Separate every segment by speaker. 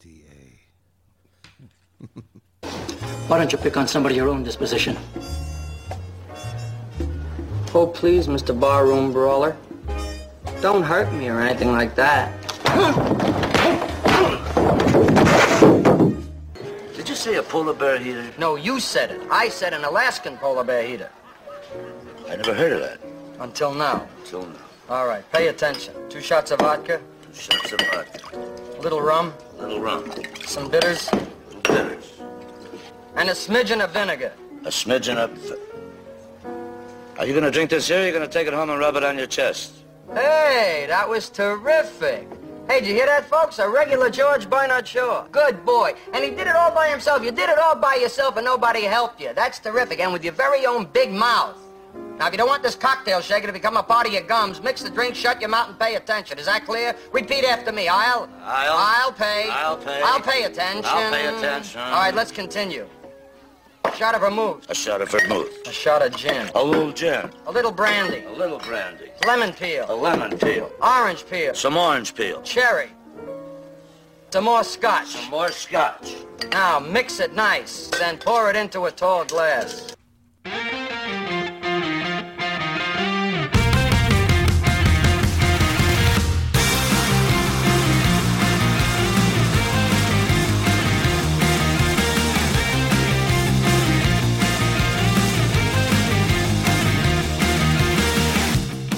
Speaker 1: DA.
Speaker 2: Why don't you pick on somebody your own disposition? Oh, please, Mr. Barroom Brawler. Don't hurt me or anything like that.
Speaker 3: Did you say a polar bear heater?
Speaker 2: No, you said it. I said an Alaskan polar bear heater.
Speaker 3: I never heard of that
Speaker 2: Until now.
Speaker 3: until now.
Speaker 2: All right, pay attention. Two shots of vodka,
Speaker 3: Two shots of vodka,
Speaker 2: a little rum,
Speaker 3: little rum,
Speaker 2: some bitters,
Speaker 3: little bitters,
Speaker 2: and a smidgen of vinegar.
Speaker 3: a smidgen of. Are you going to drink this here? Or are you going to take it home and rub it on your chest?
Speaker 2: Hey, that was terrific. Hey, did you hear that, folks? A regular George Bernard Shaw. Good boy. And he did it all by himself. You did it all by yourself and nobody helped you. That's terrific. And with your very own big mouth. Now, if you don't want this cocktail shaker to become a part of your gums, mix the drink, shut your mouth, and pay attention. Is that clear? Repeat after me. I'll...
Speaker 3: I'll-
Speaker 2: I'll pay...
Speaker 3: I'll pay-
Speaker 2: I'll pay attention.
Speaker 3: I'll pay attention.
Speaker 2: All right, let's continue. Shot of vermouth.
Speaker 3: A shot of vermouth,
Speaker 2: A shot of gin.
Speaker 3: a little gin,
Speaker 2: A little brandy.
Speaker 3: a little brandy,
Speaker 2: Lemon
Speaker 3: a
Speaker 2: peel.
Speaker 3: lemon peel,
Speaker 2: Orange peel.
Speaker 3: some orange peel,
Speaker 2: Cherry. Some more scotch.
Speaker 3: some more scotch.
Speaker 2: Now mix it nice, then pour it into a tall glass.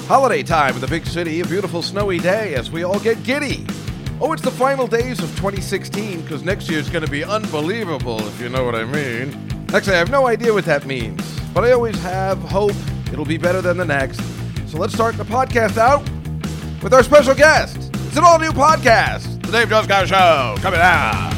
Speaker 1: Holiday time in the big city, a beautiful snowy day as we all get giddy. Oh, it's the final days of 2016 because next year's going to be unbelievable, if you know what I mean. Actually, I have no idea what that means, but I always have hope it'll be better than the next. So let's start the podcast out with our special guest. It's an all new podcast, The Dave Joscow Show, coming out.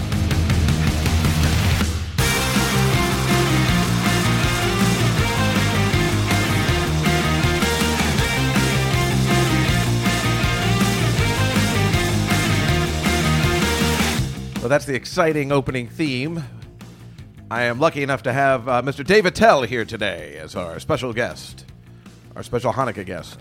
Speaker 1: Well, that's the exciting opening theme. I am lucky enough to have uh, Mr. David Tell here today as our special guest, our special Hanukkah guest.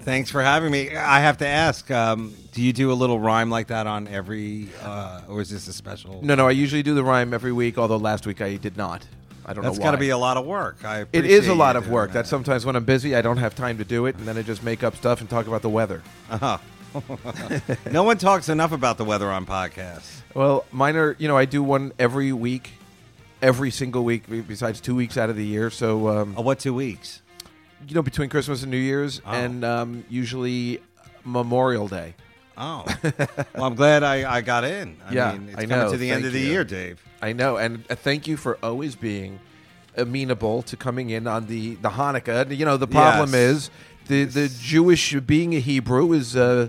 Speaker 4: Thanks for having me. I have to ask: um, Do you do a little rhyme like that on every, uh, or is this a special?
Speaker 1: No, no, I usually do the rhyme every week, although last week I did not. I don't
Speaker 4: that's
Speaker 1: know why.
Speaker 4: got to be a lot of work. I
Speaker 1: It is
Speaker 4: appreciate
Speaker 1: a lot
Speaker 4: you
Speaker 1: of
Speaker 4: doing
Speaker 1: work.
Speaker 4: that.
Speaker 1: That's sometimes when I'm busy, I don't have time to do it, and then I just make up stuff and talk about the weather.
Speaker 4: no one talks enough about the weather on podcasts.
Speaker 1: Well, mine are, you know, I do one every week, every single week, be- besides two weeks out of the year. So, um,
Speaker 4: Oh, what two weeks?
Speaker 1: you know, between Christmas and New Year's, and um, usually Memorial Day.
Speaker 4: Oh, well, I'm glad I, I got in. I
Speaker 1: Yeah,
Speaker 4: mean, it's
Speaker 1: I know.
Speaker 4: coming to the end
Speaker 1: Thank
Speaker 4: of the
Speaker 1: you.
Speaker 4: year, Dave.
Speaker 1: I know, and uh, thank you for always being amenable to coming in on the the Hanukkah. And, You know, the problem
Speaker 4: Yes.
Speaker 1: is the the Jewish being a Hebrew is. Uh,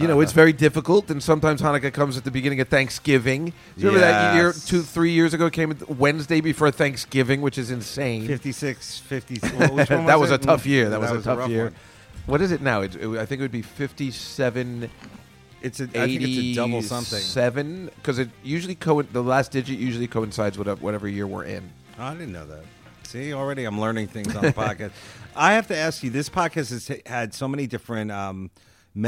Speaker 1: you know, it's very difficult, and sometimes Hanukkah comes at the beginning of Thanksgiving. Do you remember that year,
Speaker 4: Yes.
Speaker 1: two, three years ago, came at Wednesday before Thanksgiving, which is insane.
Speaker 4: 56, 50. Well, which one
Speaker 1: Mm. that was
Speaker 4: it?
Speaker 1: a tough year. That, was, a tough
Speaker 4: rough
Speaker 1: year.
Speaker 4: one.
Speaker 1: What is it now? It, it- I think it would be fifty-seven
Speaker 4: It's a, I think it's a double something.
Speaker 1: eighty-seven because it usually co- the last digit usually coincides with whatever year we're in.
Speaker 4: Oh, I didn't know that. See, already I'm learning things on the podcast. I have to ask you, this podcast has h- had so many different um,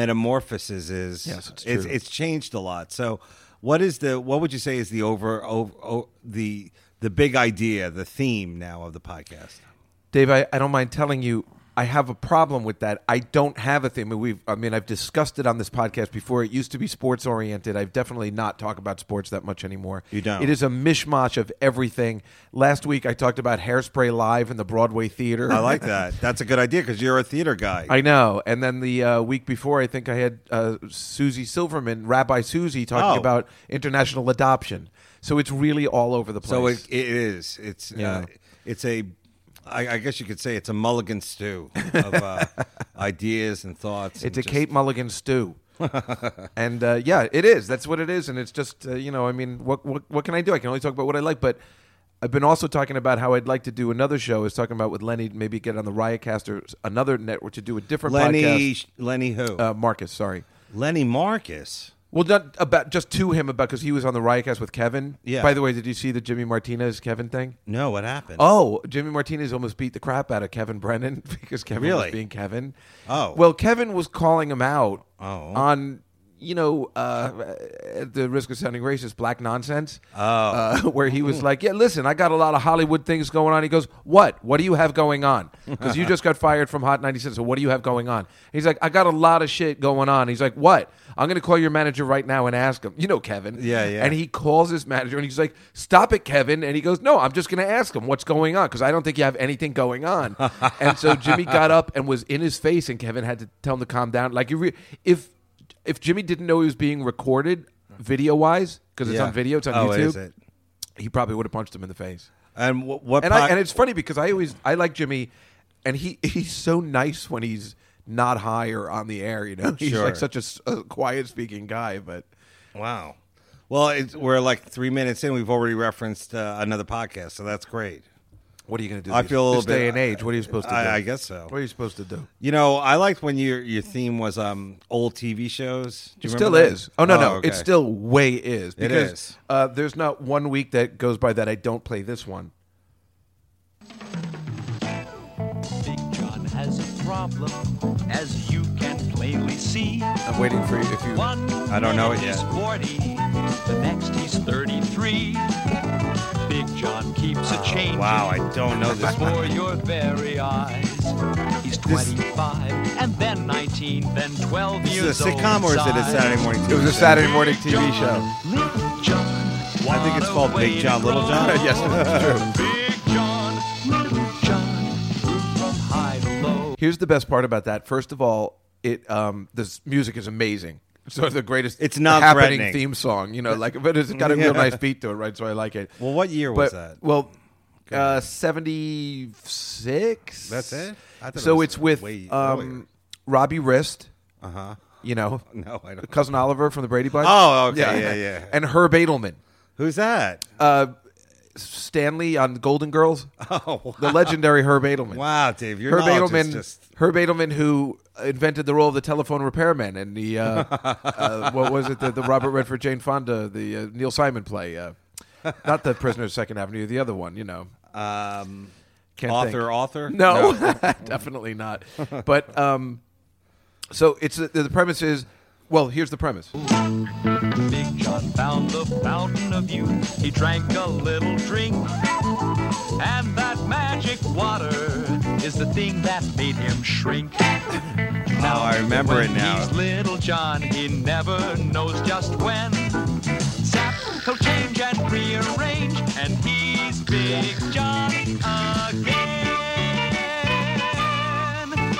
Speaker 4: metamorphoses. Is
Speaker 1: Yes, it's
Speaker 4: it's,
Speaker 1: true.
Speaker 4: it's changed a lot. So, what is the what would you say is the over, over o the the big idea, the theme now of the podcast?
Speaker 1: Dave, I, I don't mind telling you, I have a problem with that. I don't have a theme. We've, I mean, I've discussed it on this podcast before. It used to be sports oriented. I've definitely not talked about sports that much anymore.
Speaker 4: You don't.
Speaker 1: It is a mishmash of everything. Last week, I talked about Hairspray Live in the Broadway Theater.
Speaker 4: I like that. That's a good idea because you're a theater guy.
Speaker 1: I know. And then the uh, week before, I think I had uh, Susie Silverman, Rabbi Susie, talking
Speaker 4: Oh.
Speaker 1: about international adoption. So it's really all over the place.
Speaker 4: so it, it is. It's
Speaker 1: Yeah.
Speaker 4: uh, it's a. I, I guess you could say it's a mulligan stew of uh, ideas and thoughts.
Speaker 1: It's a
Speaker 4: and just-
Speaker 1: Kate Mulligan stew. and uh, yeah, it is. That's what it is. And it's just uh, you know, I mean, what, what what can I do? I can only talk about what I like. But I've been also talking about how I'd like to do another show. Is talking about with Lenny, maybe get on the Riotcast or s- another network to do a different
Speaker 4: Lenny
Speaker 1: podcast.
Speaker 4: Lenny who?
Speaker 1: Uh, Marcus, sorry.
Speaker 4: Lenny Marcus.
Speaker 1: Well, not about just to him about because he was on the Riotcast with Kevin.
Speaker 4: Yeah.
Speaker 1: By the way, did you see the Jimmy Martinez Kevin thing?
Speaker 4: No, what happened?
Speaker 1: Oh, Jimmy Martinez almost beat the crap out of Kevin Brennan because Kevin was
Speaker 4: Really?
Speaker 1: being Kevin.
Speaker 4: Oh.
Speaker 1: Well, Kevin was calling him out
Speaker 4: Oh.
Speaker 1: on you know, uh, at the risk of sounding racist, black nonsense, oh. uh, where he was like, "Yeah, listen, I got a lot of Hollywood things going on." He goes, "What? What do you have going on? Because you just got fired from Hot 96. So what do you have going on?" He's like, "I got a lot of shit going on." He's like, "What? I'm going to call your manager right now and ask him." You know, Kevin.
Speaker 4: Yeah, yeah.
Speaker 1: And he calls his manager and he's like, "Stop it, Kevin!" And he goes, "No, I'm just going to ask him what's going on because I don't think you have anything going on." and so Jimmy got up and was in his face, and Kevin had to tell him to calm down. Like, you re- if if Jimmy didn't know he was being recorded video wise, because it's
Speaker 4: Yeah.
Speaker 1: on video, it's on
Speaker 4: Oh,
Speaker 1: YouTube,
Speaker 4: is it?
Speaker 1: he probably would have punched him in the face.
Speaker 4: And wh- what?
Speaker 1: And I
Speaker 4: poc-
Speaker 1: and it's funny because I always I like Jimmy, and he he's so nice when he's not high or on the air. You know, he's
Speaker 4: Sure.
Speaker 1: like such a, s- a quiet speaking guy, but.
Speaker 4: wow. Well, it's, we're like three minutes in. We've already referenced uh, another podcast, so that's great.
Speaker 1: What are you going to do?
Speaker 4: I
Speaker 1: these-
Speaker 4: feel a
Speaker 1: this
Speaker 4: little
Speaker 1: day
Speaker 4: bit-
Speaker 1: and age. What are you supposed to
Speaker 4: I-
Speaker 1: do?
Speaker 4: I guess so.
Speaker 1: What are you supposed to do?
Speaker 4: You know, I liked when your your theme was um old TV shows. Do
Speaker 1: It
Speaker 4: you
Speaker 1: still
Speaker 4: remember that?
Speaker 1: is. Oh no, no,
Speaker 4: okay.
Speaker 1: it still way is
Speaker 4: It
Speaker 1: because
Speaker 4: is.
Speaker 1: Uh, there's not one week that goes by that I don't play this one.
Speaker 5: Big John has a problem, as you can plainly see.
Speaker 1: I'm waiting for you if you.
Speaker 5: One
Speaker 4: I don't know
Speaker 5: minute
Speaker 4: it
Speaker 5: he's
Speaker 4: yet.
Speaker 5: 40, the next he's 33. Big John keeps a change
Speaker 4: Wow, I don't know this one.
Speaker 5: before your very eyes. He's 25, and then 19, then 12
Speaker 4: Is
Speaker 5: years
Speaker 4: this a
Speaker 5: old.
Speaker 4: sitcom or is it a
Speaker 5: inside.
Speaker 4: Saturday morning?
Speaker 1: It was a Saturday morning TV show.
Speaker 5: Little John.
Speaker 4: I think it's
Speaker 5: what a
Speaker 4: called
Speaker 5: way
Speaker 4: Big
Speaker 5: to
Speaker 4: John, Little
Speaker 5: grow
Speaker 4: John.
Speaker 5: up.
Speaker 1: yes, that's true.
Speaker 5: Big John, Little John, grew from high to low.
Speaker 1: Here's the best part about that. First of all, it um, this music is amazing. So the greatest.
Speaker 4: It's
Speaker 1: happening
Speaker 4: non-threatening.
Speaker 1: theme song, you know, like but it's got a real
Speaker 4: Yeah.
Speaker 1: nice beat to it, right? So I like it.
Speaker 4: Well, what year
Speaker 1: But-
Speaker 4: was that?
Speaker 1: Well, uh, seventy six.
Speaker 4: That's it? I thought it
Speaker 1: so
Speaker 4: was
Speaker 1: it's with
Speaker 4: way earlier. Uh-huh.
Speaker 1: um, Robbie Wrist. Uh huh. You know,
Speaker 4: No, I don't.
Speaker 1: cousin Oliver from the Brady Bunch.
Speaker 4: Oh, okay, yeah, yeah.
Speaker 1: And Herb Edelman,
Speaker 4: Who's that?
Speaker 1: uh, Stanley on Golden Girls.
Speaker 4: Oh, wow.
Speaker 1: the legendary Herb Edelman.
Speaker 4: Wow, Dave, your
Speaker 1: Herb
Speaker 4: knowledge
Speaker 1: Edelman,
Speaker 4: is just-
Speaker 1: Herb Edelman, who invented the role of the telephone repairman and the uh, uh, what was it, the, the Robert Redford, Jane Fonda, the uh, Neil Simon play, uh, not the Prisoner of Second Avenue, the other one, you know.
Speaker 4: Um,
Speaker 1: Can't
Speaker 4: author,
Speaker 1: think.
Speaker 4: author.
Speaker 1: No, definitely not. But um, so it's the, the premise is well. Here's the premise.
Speaker 5: Big John found the fountain of youth. He drank a little drink. And that magic water is the thing that made him shrink. Now
Speaker 4: I remember
Speaker 5: when
Speaker 4: it now.
Speaker 5: He's little John, he never knows just when. Zap, he'll change and rearrange, and he's Big John again.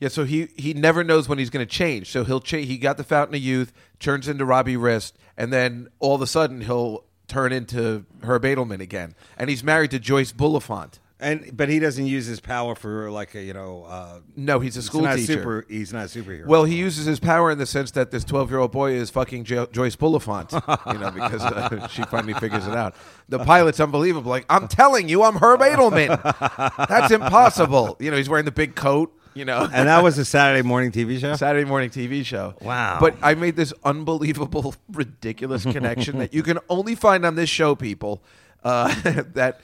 Speaker 1: Yeah, so he he never knows when he's going to change. So he'll change. He got the Fountain of Youth, turns into Robbie Wrist, and then all of a sudden he'll turn into Herb Edelman again. And he's married to Joyce Bulafont.
Speaker 4: And but he doesn't use his power for like a you know. Uh,
Speaker 1: No, he's a
Speaker 4: he's
Speaker 1: school
Speaker 4: not
Speaker 1: teacher.
Speaker 4: super. He's not a superhero.
Speaker 1: well, he uses his power in the sense that this twelve-year-old boy is fucking jo- Joyce Bulafont, you know, because uh, she finally figures it out. The pilot's unbelievable. Like I'm telling you, I'm Herb Edelman. That's impossible. You know, he's wearing the big coat. You know,
Speaker 4: and that was a Saturday morning TV show.
Speaker 1: Saturday morning TV show.
Speaker 4: Wow.
Speaker 1: But I made this unbelievable, ridiculous connection that you can only find on this show, people. Uh, that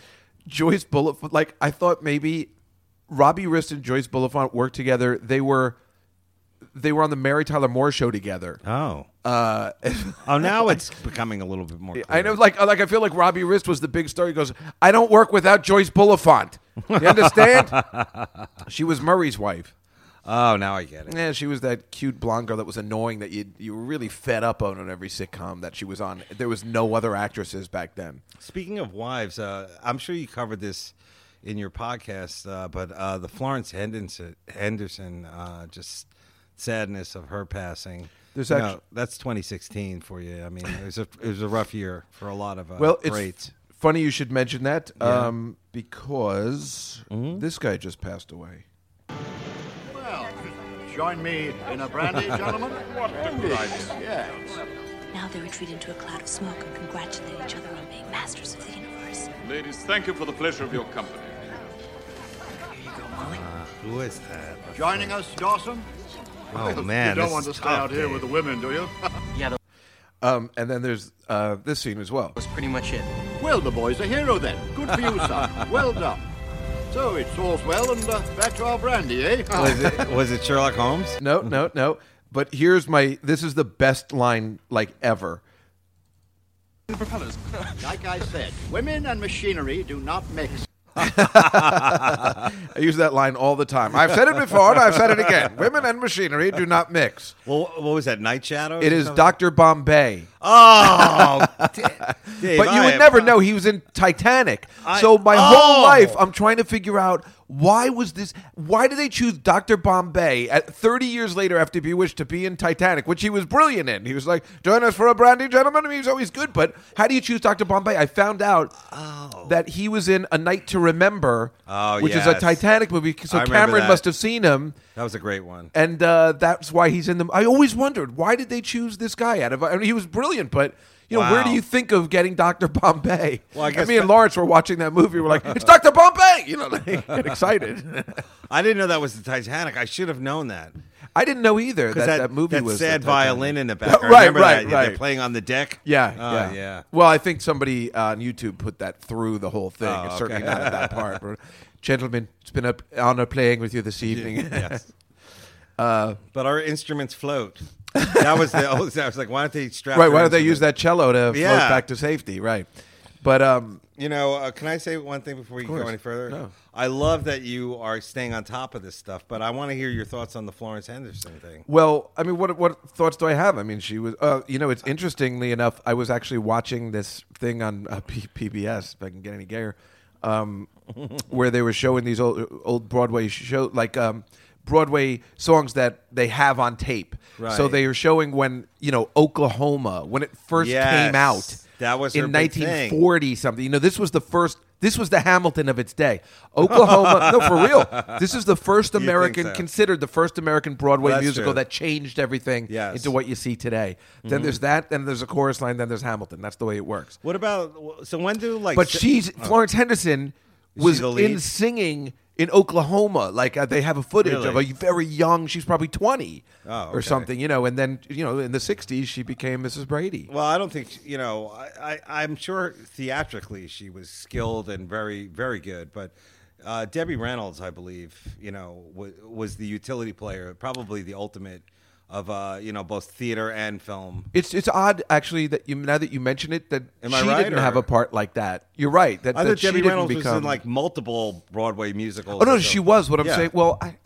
Speaker 1: Joyce Bullet, like, I thought maybe Robbie Wrist and Joyce Bulifant worked together. They were. They were on the Mary Tyler Moore show together.
Speaker 4: Oh. Uh, oh, now it's becoming a little bit more. Clear.
Speaker 1: I know, like, like I feel like Robbie Wrist was the big star. He goes, "I don't work without Joyce Bulifant." You understand? she was Murray's wife.
Speaker 4: Oh, now I get it.
Speaker 1: Yeah, she was that cute blonde girl that was annoying that you you were really fed up on on every sitcom that she was on. There was no other actresses back then.
Speaker 4: Speaking of wives, uh, I'm sure you covered this in your podcast, uh, but uh, the Florence Henderson, Henderson uh, just sadness of her passing.
Speaker 1: There's
Speaker 4: You
Speaker 1: actu-
Speaker 4: know, that's 2016 for you. I mean, it was a it was a rough year for a lot of uh,
Speaker 1: Well, it's
Speaker 4: greats.
Speaker 1: funny you should mention that um, because this guy just passed away.
Speaker 6: Well, join me in a brandy, gentlemen? what a good idea. Yes.
Speaker 7: Now they retreat into a cloud of smoke and congratulate each other on being masters of the universe.
Speaker 8: Ladies, thank you for the pleasure of your company.
Speaker 4: Who is that?
Speaker 6: Joining us, Dawson?
Speaker 4: Oh man,
Speaker 6: you
Speaker 4: this
Speaker 6: don't want to
Speaker 4: is
Speaker 6: stay
Speaker 4: tough,
Speaker 6: out here
Speaker 4: Dave.
Speaker 6: with the women, do you?
Speaker 1: Um, and then there's uh, this scene as well.
Speaker 2: was pretty much it.
Speaker 6: well, the boy's a hero then. Good for you, son. well done. So it's all's well and uh, back to our brandy, eh?
Speaker 4: Was it was it Sherlock Holmes?
Speaker 1: No, no, no. But here's my. This is the best line like ever.
Speaker 8: propellers.
Speaker 6: Like I said, women and machinery do not mix.
Speaker 1: I use that line all the time. I've said it before, and I've said it again. Women and machinery do not mix.
Speaker 4: Well, what was that? Night Shadow?
Speaker 1: It is Doctor Bombay.
Speaker 4: Oh, Dave,
Speaker 1: but you
Speaker 4: I
Speaker 1: would
Speaker 4: am-
Speaker 1: never know he was in Titanic.
Speaker 4: I-
Speaker 1: so my
Speaker 4: Oh!
Speaker 1: whole life, I'm trying to figure out why was this? Why did they choose Doctor Bombay at 30 years later after Bewitched to be in Titanic, which he was brilliant in? He was like, "Join us for a brandy, gentlemen." I mean, he's always good, but how do you choose Doctor Bombay? I found out that he was in A Night to Remember,
Speaker 4: Oh,
Speaker 1: which is a
Speaker 4: yes.
Speaker 1: Titanic movie. So
Speaker 4: I remember
Speaker 1: Cameron
Speaker 4: that.
Speaker 1: must have seen him
Speaker 4: That was a great one.
Speaker 1: and uh, that's why he's in them. I always wondered why did they choose this guy out of? I mean, he was brilliant, but you know,
Speaker 4: Wow.
Speaker 1: where do you think of getting Doctor Bombay?
Speaker 4: Well, I
Speaker 1: And
Speaker 4: guess
Speaker 1: me and
Speaker 4: that-
Speaker 1: Lawrence were watching that movie. We're like, it's Doctor Bombay. You know, they get excited.
Speaker 4: I didn't know that was the Titanic. I should have known that.
Speaker 1: I didn't know either that
Speaker 4: Because
Speaker 1: that, movie
Speaker 4: that
Speaker 1: was the
Speaker 4: sad
Speaker 1: Titanic.
Speaker 4: violin in the background.
Speaker 1: Right,
Speaker 4: Remember
Speaker 1: right,
Speaker 4: that? Yeah, they're
Speaker 1: right.
Speaker 4: playing on the deck.
Speaker 1: Yeah,
Speaker 4: Oh,
Speaker 1: yeah,
Speaker 4: yeah.
Speaker 1: Well, I think somebody on YouTube put that through the whole thing.
Speaker 4: Oh,
Speaker 1: it's certainly
Speaker 4: okay.
Speaker 1: not that part. But, Gentlemen, it's been an honor playing with you this evening.
Speaker 4: Yes. Uh,
Speaker 1: Uh,
Speaker 4: but our instruments float. That was the. Oh, that was like, why don't they strap?
Speaker 1: right?
Speaker 4: their
Speaker 1: Why don't they use
Speaker 4: instrument?
Speaker 1: that cello to float
Speaker 4: Yeah.
Speaker 1: back to safety? Right. But um,
Speaker 4: You know, uh, can I say one thing before you go
Speaker 1: course.
Speaker 4: any further?
Speaker 1: No.
Speaker 4: I love that you are staying on top of this stuff, but I want to hear your thoughts on the Florence Henderson thing.
Speaker 1: Well, I mean, what what thoughts do I have? I mean, she was, uh, you know, it's interestingly enough, I was actually watching this thing on uh, P- PBS, if I can get any gayer, um, where they were showing these old old Broadway show like um, Broadway songs that they have on tape. So
Speaker 4: Right.
Speaker 1: they were showing when you know Oklahoma when it first
Speaker 4: Yes.
Speaker 1: came out.
Speaker 4: That was her
Speaker 1: in
Speaker 4: big thing.
Speaker 1: 1940 something. You know, this was the first. This was the Hamilton of its day. Oklahoma, no, for real. This is the first
Speaker 4: think
Speaker 1: American
Speaker 4: so?
Speaker 1: considered the first American Broadway
Speaker 4: Well, that's
Speaker 1: musical
Speaker 4: true.
Speaker 1: that changed everything
Speaker 4: Yes. Mm-hmm.
Speaker 1: into what you see today. Then there's that, then there's a chorus line, then there's Hamilton. That's the way it works.
Speaker 4: What about? So when do like?
Speaker 1: But
Speaker 4: si-
Speaker 1: she's Florence Henderson was
Speaker 4: the lead?
Speaker 1: in singing in Oklahoma. Like uh, they have a footage of
Speaker 4: Really?
Speaker 1: a very young. She's probably twenty
Speaker 4: Oh,
Speaker 1: or
Speaker 4: okay.
Speaker 1: something, you know. And then you know, in the '60s, she became Mrs. Brady.
Speaker 4: Well, I don't think you know. I, I I'm sure theatrically she was skilled and very very good, but. Uh, Debbie Reynolds, I believe, you know, wa was the utility player, probably the ultimate of, uh, you know, both theater and film.
Speaker 1: It's it's odd actually that you now that you mention it that
Speaker 4: Am
Speaker 1: she
Speaker 4: I right,
Speaker 1: didn't
Speaker 4: or-
Speaker 1: have a part like that. You're right. That,
Speaker 4: I
Speaker 1: that
Speaker 4: thought
Speaker 1: she
Speaker 4: Debbie
Speaker 1: didn't
Speaker 4: Reynolds
Speaker 1: become
Speaker 4: was in like multiple Broadway musicals.
Speaker 1: Oh no,
Speaker 4: or
Speaker 1: she
Speaker 4: something.
Speaker 1: was. What I'm
Speaker 4: Yeah.
Speaker 1: saying. Well, I,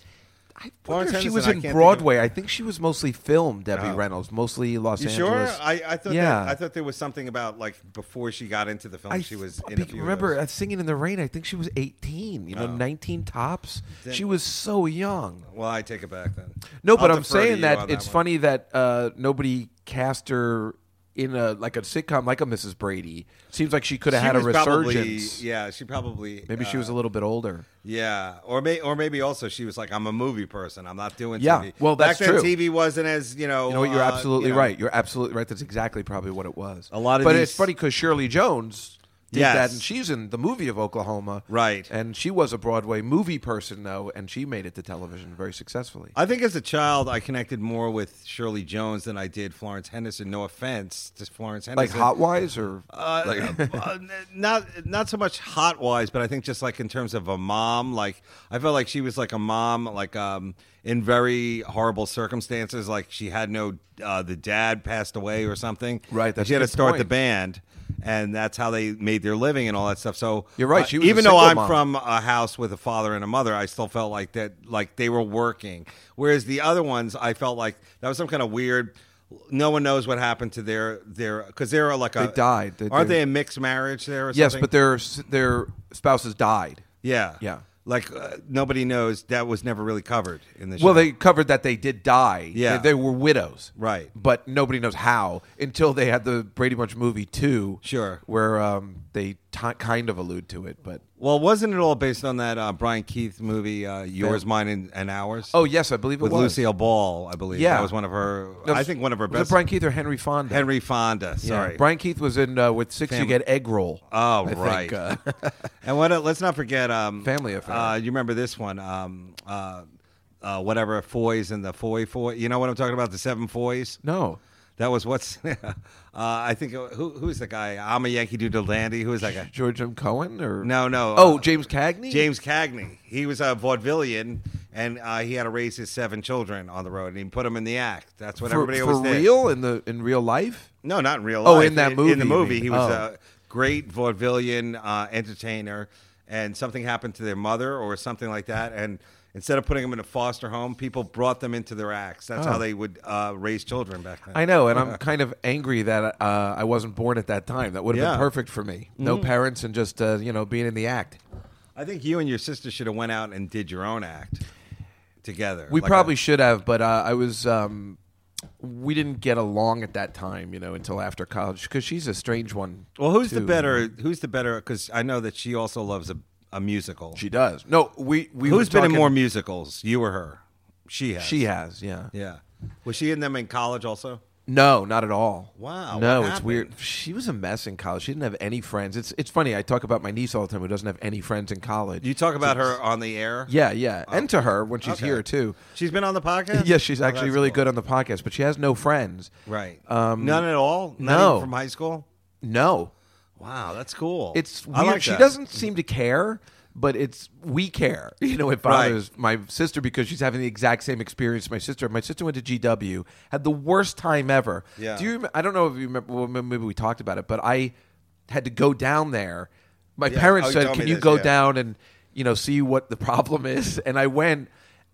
Speaker 1: I
Speaker 4: Florence
Speaker 1: wonder if she
Speaker 4: Henderson,
Speaker 1: was
Speaker 4: I
Speaker 1: in
Speaker 4: can't think of-
Speaker 1: Broadway. I think she was mostly film. Debbie
Speaker 4: No.
Speaker 1: Reynolds, mostly Los
Speaker 4: You sure?
Speaker 1: Angeles.
Speaker 4: I, I thought
Speaker 1: Yeah.
Speaker 4: that, I thought there was something about like before she got into the film, she was
Speaker 1: f-
Speaker 4: in a
Speaker 1: be-
Speaker 4: few. of
Speaker 1: remember
Speaker 4: those.
Speaker 1: uh, singing in the rain. I think she was 18. You know,
Speaker 4: Oh.
Speaker 1: 19 tops.
Speaker 4: Then-
Speaker 1: she was so young.
Speaker 4: Well, I take it back then.
Speaker 1: No, but
Speaker 4: I'll
Speaker 1: I'm
Speaker 4: defer to
Speaker 1: saying
Speaker 4: you
Speaker 1: that,
Speaker 4: on
Speaker 1: it's
Speaker 4: one.
Speaker 1: funny that uh, nobody cast her in a like a sitcom like a Mrs. Brady. Seems like she could have
Speaker 4: She
Speaker 1: had a
Speaker 4: was probably-
Speaker 1: resurgence.
Speaker 4: yeah, she probably.
Speaker 1: Maybe she
Speaker 4: uh,
Speaker 1: was a little bit older.
Speaker 4: Yeah, or may, or maybe also she was like, I'm a movie person. I'm not doing.
Speaker 1: Yeah,
Speaker 4: TV.
Speaker 1: well, that's
Speaker 4: back then,
Speaker 1: true.
Speaker 4: TV wasn't as you know.
Speaker 1: You know, what? you're
Speaker 4: uh,
Speaker 1: absolutely
Speaker 4: you know,
Speaker 1: right. You're absolutely right. That's exactly probably what it was.
Speaker 4: A lot of
Speaker 1: but
Speaker 4: these-
Speaker 1: it's funny because Shirley Jones did
Speaker 4: Yes.
Speaker 1: that, and she's in the movie of Oklahoma,
Speaker 4: Right.
Speaker 1: And she was a Broadway movie person though, and she made it to television very successfully.
Speaker 4: I think as a child, I connected more with Shirley Jones than I did Florence Henderson. No offense to Florence
Speaker 1: like
Speaker 4: Henderson,
Speaker 1: Hot Wise or
Speaker 4: Uh, uh, n- not not so much hot wise, but I think just like in terms of a mom, like I felt like she was like a mom, like um in very horrible circumstances, like she had no uh, the dad passed away or something,
Speaker 1: Right,
Speaker 4: And
Speaker 1: that's
Speaker 4: she had
Speaker 1: a
Speaker 4: to
Speaker 1: good
Speaker 4: start the
Speaker 1: point.
Speaker 4: band, and that's how they made their living and all that stuff. So
Speaker 1: You're right,
Speaker 4: uh,
Speaker 1: she was a
Speaker 4: even though
Speaker 1: single
Speaker 4: I'm
Speaker 1: mom.
Speaker 4: from a house with a father and a mother, I still felt like that, like they were working. Whereas the other ones, I felt like that was some kind of weird. No one knows what happened to their their because they're like a
Speaker 1: They died. They-
Speaker 4: aren't
Speaker 1: they-
Speaker 4: they a mixed marriage there? Or
Speaker 1: yes,
Speaker 4: something?
Speaker 1: but their s- their spouses died.
Speaker 4: yeah,
Speaker 1: Yeah.
Speaker 4: Like uh, nobody knows that was never really covered in the show.
Speaker 1: Well, they covered that they did die.
Speaker 4: Yeah.
Speaker 1: they, they were widows,
Speaker 4: Right.
Speaker 1: But nobody knows how until they had the Brady Bunch movie two,
Speaker 4: Sure.
Speaker 1: where um, they ti kind of allude to it, but.
Speaker 4: well, wasn't it all based on that uh, Brian Keith movie, uh, Yours, Mine, and, and Ours?
Speaker 1: Oh yes, I believe it
Speaker 4: with
Speaker 1: was
Speaker 4: Lucille Ball, I believe.
Speaker 1: Yeah.
Speaker 4: that was one of her.
Speaker 1: No,
Speaker 4: I think one of her
Speaker 1: was it
Speaker 4: best.
Speaker 1: Brian Keith or Henry Fonda?
Speaker 4: Henry Fonda.
Speaker 1: Yeah.
Speaker 4: Sorry,
Speaker 1: Brian Keith was in uh, with six. You
Speaker 4: Family-
Speaker 1: get egg roll.
Speaker 4: Oh
Speaker 1: I think,
Speaker 4: right,
Speaker 1: uh,
Speaker 4: and what? Uh, let's not forget um,
Speaker 1: Family Affair.
Speaker 4: Uh, you remember this one? Um, uh, uh, whatever Foys and the Foy Foy. You know what I'm talking about? The Seven Foys.
Speaker 1: no,
Speaker 4: That was what's. uh, I think uh, who who's the guy? I'm a Yankee Doodle Dandy. Who is that guy?
Speaker 1: George M. Cohen or
Speaker 4: No, no.
Speaker 1: Oh,
Speaker 4: uh,
Speaker 1: James Cagney.
Speaker 4: James Cagney. He was a vaudevillian, and uh, he had to raise his seven children on the road, and he put them in the act. That's what
Speaker 1: for,
Speaker 4: everybody
Speaker 1: for
Speaker 4: always did.
Speaker 1: real in the in real life.
Speaker 4: No, not in real
Speaker 1: Oh,
Speaker 4: life.
Speaker 1: in that
Speaker 4: In
Speaker 1: movie,
Speaker 4: the
Speaker 1: you
Speaker 4: movie,
Speaker 1: mean.
Speaker 4: he was
Speaker 1: Oh.
Speaker 4: a great vaudevillian uh, entertainer, and something happened to their mother or something like that. And instead of putting them in a foster home, people brought them into their acts. That's how they would uh, raise children back then.
Speaker 1: Oh. I know, and I'm kind of angry that uh, I wasn't born at that time. That would have
Speaker 4: Yeah. Mm-hmm.
Speaker 1: been perfect for me. No parents and just uh, you know being in the act.
Speaker 4: I think you and your sister should have went out and did your own act together.
Speaker 1: We
Speaker 4: Like
Speaker 1: probably
Speaker 4: a-
Speaker 1: should have, but uh, I was. Um, we didn't get along at that time, you know, until after college because she's a strange one.
Speaker 4: well, who's the
Speaker 1: too.
Speaker 4: better? Who's the better? Because I know that she also loves a, a musical.
Speaker 1: She does. No, we we.
Speaker 4: Who's
Speaker 1: were
Speaker 4: been in
Speaker 1: talking-
Speaker 4: more musicals? You or her? She has.
Speaker 1: She has, yeah.
Speaker 4: Yeah. Was she in them in college also?
Speaker 1: No, not at all.
Speaker 4: Wow,
Speaker 1: No,
Speaker 4: what
Speaker 1: it's weird.
Speaker 4: happened?
Speaker 1: She was a mess in college. She didn't have any friends. It's it's funny. I talk about my niece all the time who doesn't have any friends in college.
Speaker 4: You talk about her on the air.
Speaker 1: Yeah, yeah. And to her when she's
Speaker 4: Okay.
Speaker 1: here too.
Speaker 4: She's been on the podcast. Oh,
Speaker 1: yeah, she's actually really good on the podcast, but she has no friends.
Speaker 4: Right.
Speaker 1: Um,
Speaker 4: None at all. Not
Speaker 1: no.
Speaker 4: even from high school.
Speaker 1: No.
Speaker 4: Wow, that's cool.
Speaker 1: It's
Speaker 4: I
Speaker 1: weird.
Speaker 4: like
Speaker 1: she
Speaker 4: that.
Speaker 1: doesn't seem to care, but it's we care. You know, it
Speaker 4: Right.
Speaker 1: bothers my sister because she's having the exact same experience. My sister, my sister went to GW, had the worst time ever.
Speaker 4: Yeah.
Speaker 1: Do you? remem- I don't know if you remember. Well, maybe we talked about it, but I had to go down there. My
Speaker 4: Yeah.
Speaker 1: parents
Speaker 4: Oh, you
Speaker 1: said,
Speaker 4: told
Speaker 1: "Can
Speaker 4: me
Speaker 1: you
Speaker 4: this,
Speaker 1: go
Speaker 4: yeah.
Speaker 1: down and you know see what the problem is?" And I went.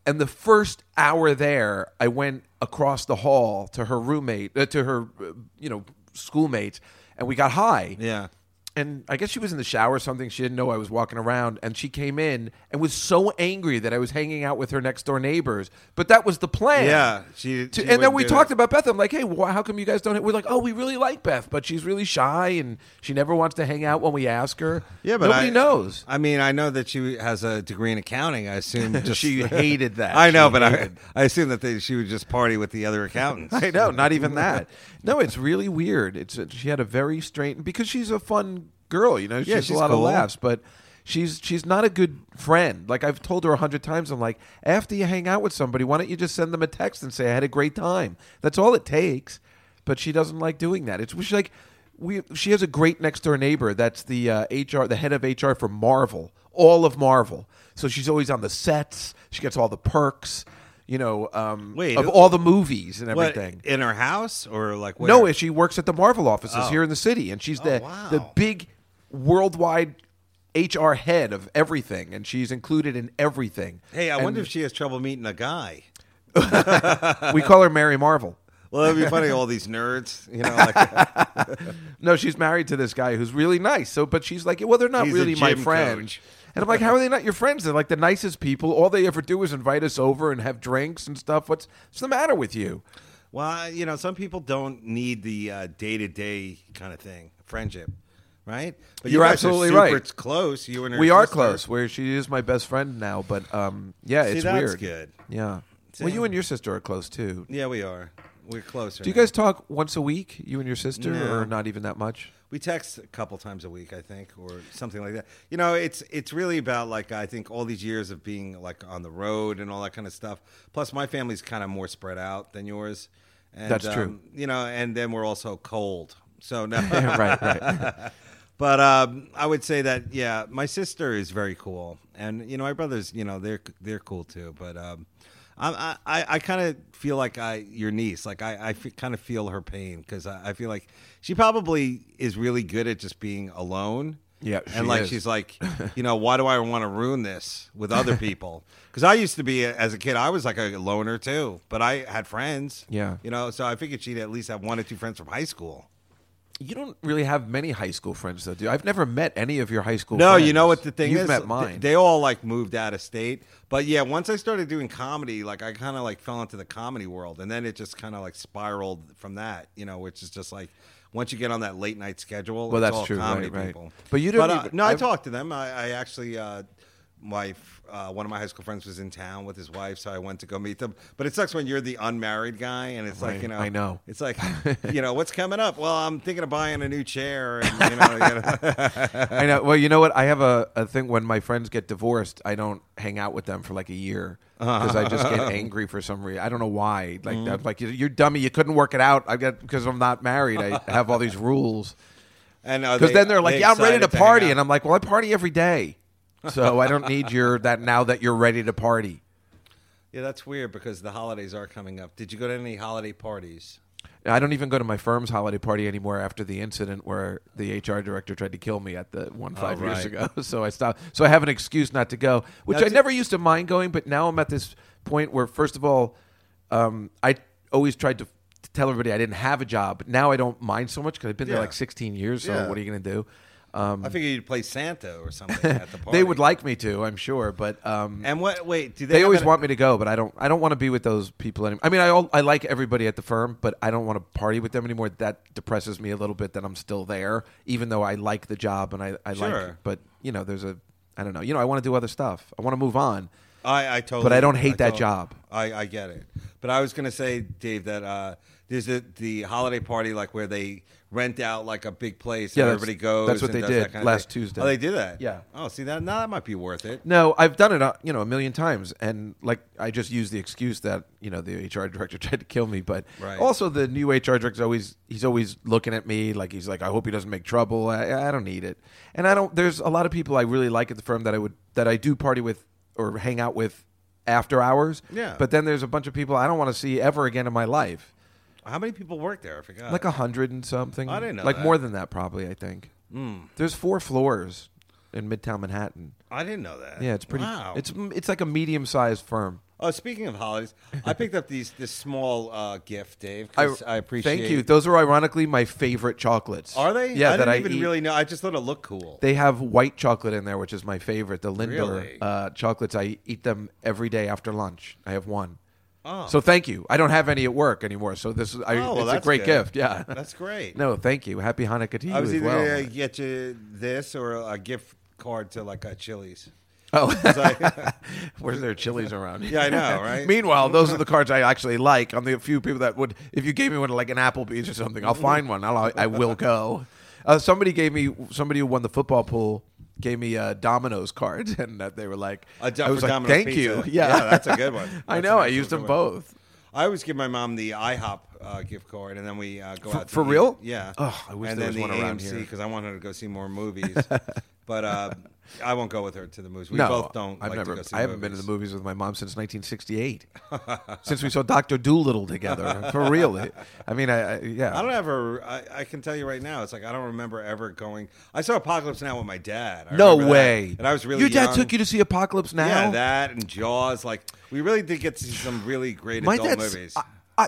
Speaker 1: And the first hour there, I went across the hall to her roommate, uh, to her, uh, you know, schoolmates, and we got high
Speaker 4: Yeah.
Speaker 1: and I guess she was in the shower or something. She didn't know I was walking around, and she came in and was so angry that I was hanging out with her next door neighbors. But that was the plan.
Speaker 4: Yeah, she-
Speaker 1: To-
Speaker 4: she
Speaker 1: and then
Speaker 4: wouldn't
Speaker 1: we
Speaker 4: do
Speaker 1: talked
Speaker 4: it.
Speaker 1: about Beth. I'm like, hey, wh- how come you guys don't? We're like, oh, we really like Beth, but she's really shy and she never wants to hang out when we ask her.
Speaker 4: Yeah, but
Speaker 1: nobody
Speaker 4: I-
Speaker 1: knows.
Speaker 4: I mean, I know that she has a degree in accounting. I assume just,
Speaker 1: She hated that.
Speaker 4: I know,
Speaker 1: She
Speaker 4: but I,
Speaker 1: hated-
Speaker 4: I assume that they, she would just party with the other accountants.
Speaker 1: I know, not even that. No, it's really weird. It's uh, she had a very strange because she's a fun girl, you know. She
Speaker 4: Yeah,
Speaker 1: has
Speaker 4: she's
Speaker 1: a lot
Speaker 4: cool.
Speaker 1: of laughs, but she's she's not a good friend. Like I've told her a hundred times, I'm like, after you hang out with somebody, why don't you just send them a text and say I had a great time? That's all it takes. But she doesn't like doing that. It's she's like we she has a great next door neighbor that's the uh, HR the head of HR for Marvel, all of Marvel. So she's always on the sets. She gets all the perks. You know, um,
Speaker 4: Wait,
Speaker 1: of
Speaker 4: who-
Speaker 1: all the movies and
Speaker 4: What,
Speaker 1: everything.
Speaker 4: in her house or like where?
Speaker 1: eh, No, she works at the Marvel offices
Speaker 4: Oh.
Speaker 1: here in the city, and she's the
Speaker 4: Oh, wow.
Speaker 1: the big worldwide HR head of everything, and she's included in everything.
Speaker 4: Hey, I
Speaker 1: And
Speaker 4: wonder if she has trouble meeting a guy.
Speaker 1: we call her Mary Marvel.
Speaker 4: Well, it'd be funny. All these nerds, you know, like
Speaker 1: No, she's married to this guy who's really nice. So, but she's like, well, they're not
Speaker 4: He's a
Speaker 1: really my
Speaker 4: gym
Speaker 1: friends.
Speaker 4: coach.
Speaker 1: And I'm like, how are they not your friends? They're like the nicest people. All they ever do is invite us over and have drinks and stuff. What's what's the matter with you?
Speaker 4: Well, you know, some people don't need the day to day kind of thing, friendship, right? But you
Speaker 1: You're
Speaker 4: guys are
Speaker 1: absolutely
Speaker 4: super
Speaker 1: right.
Speaker 4: close. You and her
Speaker 1: we are
Speaker 4: sister.
Speaker 1: close. Where she is my best friend now, but um, yeah,
Speaker 4: See,
Speaker 1: it's
Speaker 4: that's
Speaker 1: weird.
Speaker 4: good.
Speaker 1: Yeah.
Speaker 4: See?
Speaker 1: Well, you and your sister are close too.
Speaker 4: Yeah, we are. We're close.
Speaker 1: Do you guys talk once a week, you and your sister,
Speaker 4: No.
Speaker 1: or not even that much?
Speaker 4: We text a couple times a week, I think, or something like that. You know, it's it's really about like I think all these years of being like on the road and all that kind of stuff. Plus, my family's kind of more spread out than yours. And, um,
Speaker 1: That's true.
Speaker 4: You know, and then we're also cold. So no,
Speaker 1: right, right.
Speaker 4: But um, I would say that yeah, my sister is very cool, and you know my brothers, you know they're they're cool too. But um, I I, I kind of feel like I your niece, like I I kind of feel her pain because I, I feel like she probably is really good at just being alone.
Speaker 1: Yeah,
Speaker 4: and
Speaker 1: she
Speaker 4: like
Speaker 1: is.
Speaker 4: she's like, you know, why do I want to ruin this with other people? Because I used to be as a kid, I was like a loner too, but I had friends.
Speaker 1: Yeah.
Speaker 4: you know, so I figured she'd at least have one or two friends from high school.
Speaker 1: You don't really have many high school friends, though, do you? I've never met any of your high school
Speaker 4: No,
Speaker 1: friends.
Speaker 4: you know what the thing
Speaker 1: You've
Speaker 4: is?
Speaker 1: met mine.
Speaker 4: They, they all like moved out of state. But yeah, once I started doing comedy, like I kind of like fell into the comedy world and then it just kind of like spiraled from that, you know, which is just like once you get on that late night schedule,
Speaker 1: Well,
Speaker 4: it's
Speaker 1: that's
Speaker 4: all
Speaker 1: true,
Speaker 4: comedy
Speaker 1: right, right.
Speaker 4: people.
Speaker 1: But you don't
Speaker 4: uh,
Speaker 1: even-
Speaker 4: no, I
Speaker 1: I've-
Speaker 4: talked to them. I, I actually uh wife, uh, one of my high school friends was in town with his wife, so I went to go meet them. But it sucks when you're the unmarried guy, and it's like
Speaker 1: Right,
Speaker 4: you know,
Speaker 1: I know.
Speaker 4: It's like you know, what's coming up? Well, I'm thinking of buying a new chair, and you know, you gotta-
Speaker 1: I know. Well, you know what? I have a, a thing when my friends get divorced, I don't hang out with them for like a year
Speaker 4: Uh-huh.
Speaker 1: because I just get angry for some reason. I don't know why. Like
Speaker 4: Mm.
Speaker 1: that, like you- you're dummy. You couldn't work it out. I got because I'm not married. I have all these rules.
Speaker 4: and
Speaker 1: Because then they're like, "Yeah, I'm ready to party," and
Speaker 4: I'm.
Speaker 1: I'm like, "Well, I party every day, so I don't need your that now that you're ready to party."
Speaker 4: Yeah, that's weird because the holidays are coming up. Did you go to any holiday parties?
Speaker 1: I don't even go to my firm's holiday party anymore after the incident where the HR director tried to kill me at the one five years
Speaker 4: Oh,
Speaker 1: ago.
Speaker 4: right.
Speaker 1: So I stopped. So I have an excuse not to go, which I
Speaker 4: That's-
Speaker 1: never used to mind going, but now I'm at this point where, first of all, um, I always tried to to tell everybody I didn't have a job. But now I don't mind so much because I've been there
Speaker 4: Yeah.
Speaker 1: like 16 years. So
Speaker 4: Yeah.
Speaker 1: what are you going to do? Um,
Speaker 4: I figured you'd play Santa or something at the party.
Speaker 1: they would like me to, I'm sure, but um,
Speaker 4: And what? Wait, do they?
Speaker 1: they,
Speaker 4: have
Speaker 1: always
Speaker 4: an-
Speaker 1: want me to go, but I don't. I don't want to be with those people anymore. I mean, I all, I like everybody at the firm, but I don't want to party with them anymore. That depresses me a little bit that I'm still there, even though I like the job and I I like.
Speaker 4: Sure.
Speaker 1: But you know, there's a I don't know. You know, I want to do other stuff. I want to move on.
Speaker 4: I, I totally.
Speaker 1: But I don't hate that
Speaker 4: tot-
Speaker 1: job.
Speaker 4: I, I get it. But I was going to say, Dave, that uh, there's a, the holiday party like where they rent out like a big place.
Speaker 1: Yeah,
Speaker 4: and
Speaker 1: that's-
Speaker 4: everybody goes.
Speaker 1: that's what
Speaker 4: and
Speaker 1: they
Speaker 4: does that
Speaker 1: did
Speaker 4: kind of
Speaker 1: last
Speaker 4: thing.
Speaker 1: Tuesday.
Speaker 4: Oh, they do that.
Speaker 1: Yeah.
Speaker 4: Oh, see that? Now that might be worth it.
Speaker 1: No, I've done it, uh, you know, a million times, and like I just use the excuse that you know the HR director tried to kill me, but
Speaker 4: Right.
Speaker 1: also the new HR director's always he's always looking at me like he's like I hope he doesn't make trouble. I, I don't need it, and I don't. There's a lot of people I really like at the firm that I would that I do party with or hang out with after hours.
Speaker 4: Yeah.
Speaker 1: but then there's a bunch of people I don't want to see ever again in my life,
Speaker 4: How many people work there? I forgot.
Speaker 1: like a hundred and something.
Speaker 4: Uh, I didn't know
Speaker 1: like
Speaker 4: that. Hmm.
Speaker 1: more than that probably. I think there's four floors in Midtown Manhattan.
Speaker 4: I didn't know that.
Speaker 1: Yeah, it's pretty.
Speaker 4: Wow.
Speaker 1: It's mm, it's like a medium sized firm.
Speaker 4: Oh, speaking of holidays, I picked up these this small uh, gift, Dave. 'cause I, appreciate.
Speaker 1: Thank you. Those are ironically my favorite chocolates.
Speaker 4: Are they?
Speaker 1: Yeah,
Speaker 4: I
Speaker 1: that
Speaker 4: didn't
Speaker 1: I
Speaker 4: even
Speaker 1: eat.
Speaker 4: really know. I just thought it looked cool.
Speaker 1: They have white chocolate in there, which is my favorite. The Lindor
Speaker 4: Really?
Speaker 1: uh, chocolates. I eat them every day after lunch. I have one.
Speaker 4: Oh.
Speaker 1: So thank you. I don't have any at work anymore. So this is I,
Speaker 4: Oh, well,
Speaker 1: it's
Speaker 4: that's
Speaker 1: a great
Speaker 4: good.
Speaker 1: gift. Yeah,
Speaker 4: That's great.
Speaker 1: No, thank you. Happy Hanukkah to you
Speaker 4: I was
Speaker 1: as
Speaker 4: either
Speaker 1: well.
Speaker 4: gonna get you this or a gift card to like a Chili's.
Speaker 1: oh,
Speaker 4: It's like-
Speaker 1: where's there chilies around?
Speaker 4: yeah, I know, right?
Speaker 1: Meanwhile, those are the cards I actually like. I'm the few people that would, if you gave me one like an Applebee's or something, I'll find one. I'll, I will go. Uh, somebody gave me somebody who won the football pool gave me a Domino's card, and uh, they were like,
Speaker 4: A do-
Speaker 1: I was
Speaker 4: for
Speaker 1: like,
Speaker 4: Domino's
Speaker 1: thank you.
Speaker 4: pizza.
Speaker 1: Yeah,
Speaker 4: Yeah, that's a good one.
Speaker 1: I
Speaker 4: That's
Speaker 1: know.
Speaker 4: an
Speaker 1: I
Speaker 4: actual
Speaker 1: used
Speaker 4: good
Speaker 1: them
Speaker 4: one.
Speaker 1: both.
Speaker 4: I always give my mom the IHOP uh, gift card, and then we uh, go
Speaker 1: For-
Speaker 4: out to
Speaker 1: for
Speaker 4: eat.
Speaker 1: real?
Speaker 4: Yeah.
Speaker 1: Oh, I wish
Speaker 4: and
Speaker 1: there
Speaker 4: then
Speaker 1: was
Speaker 4: the
Speaker 1: one around
Speaker 4: AMC
Speaker 1: here.
Speaker 4: because I want her to go see more movies, but uh, I won't go with her to the movies. We
Speaker 1: no,
Speaker 4: both don't.
Speaker 1: I've
Speaker 4: like
Speaker 1: never.
Speaker 4: To go see
Speaker 1: I haven't been to the movies with my mom since 1968, since we saw Doctor Doolittle together. For real, I mean, I, I yeah.
Speaker 4: I don't ever. I, I can tell you right now. It's like I don't remember ever going. I saw Apocalypse Now with my dad. I
Speaker 1: no
Speaker 4: remember that.
Speaker 1: way.
Speaker 4: And I was really.
Speaker 1: Your dad
Speaker 4: young.
Speaker 1: took you to see Apocalypse Now.
Speaker 4: Yeah, that and Jaws. Like we really did get to see some really great adult
Speaker 1: dad's- uh,
Speaker 4: movies.
Speaker 1: I, I,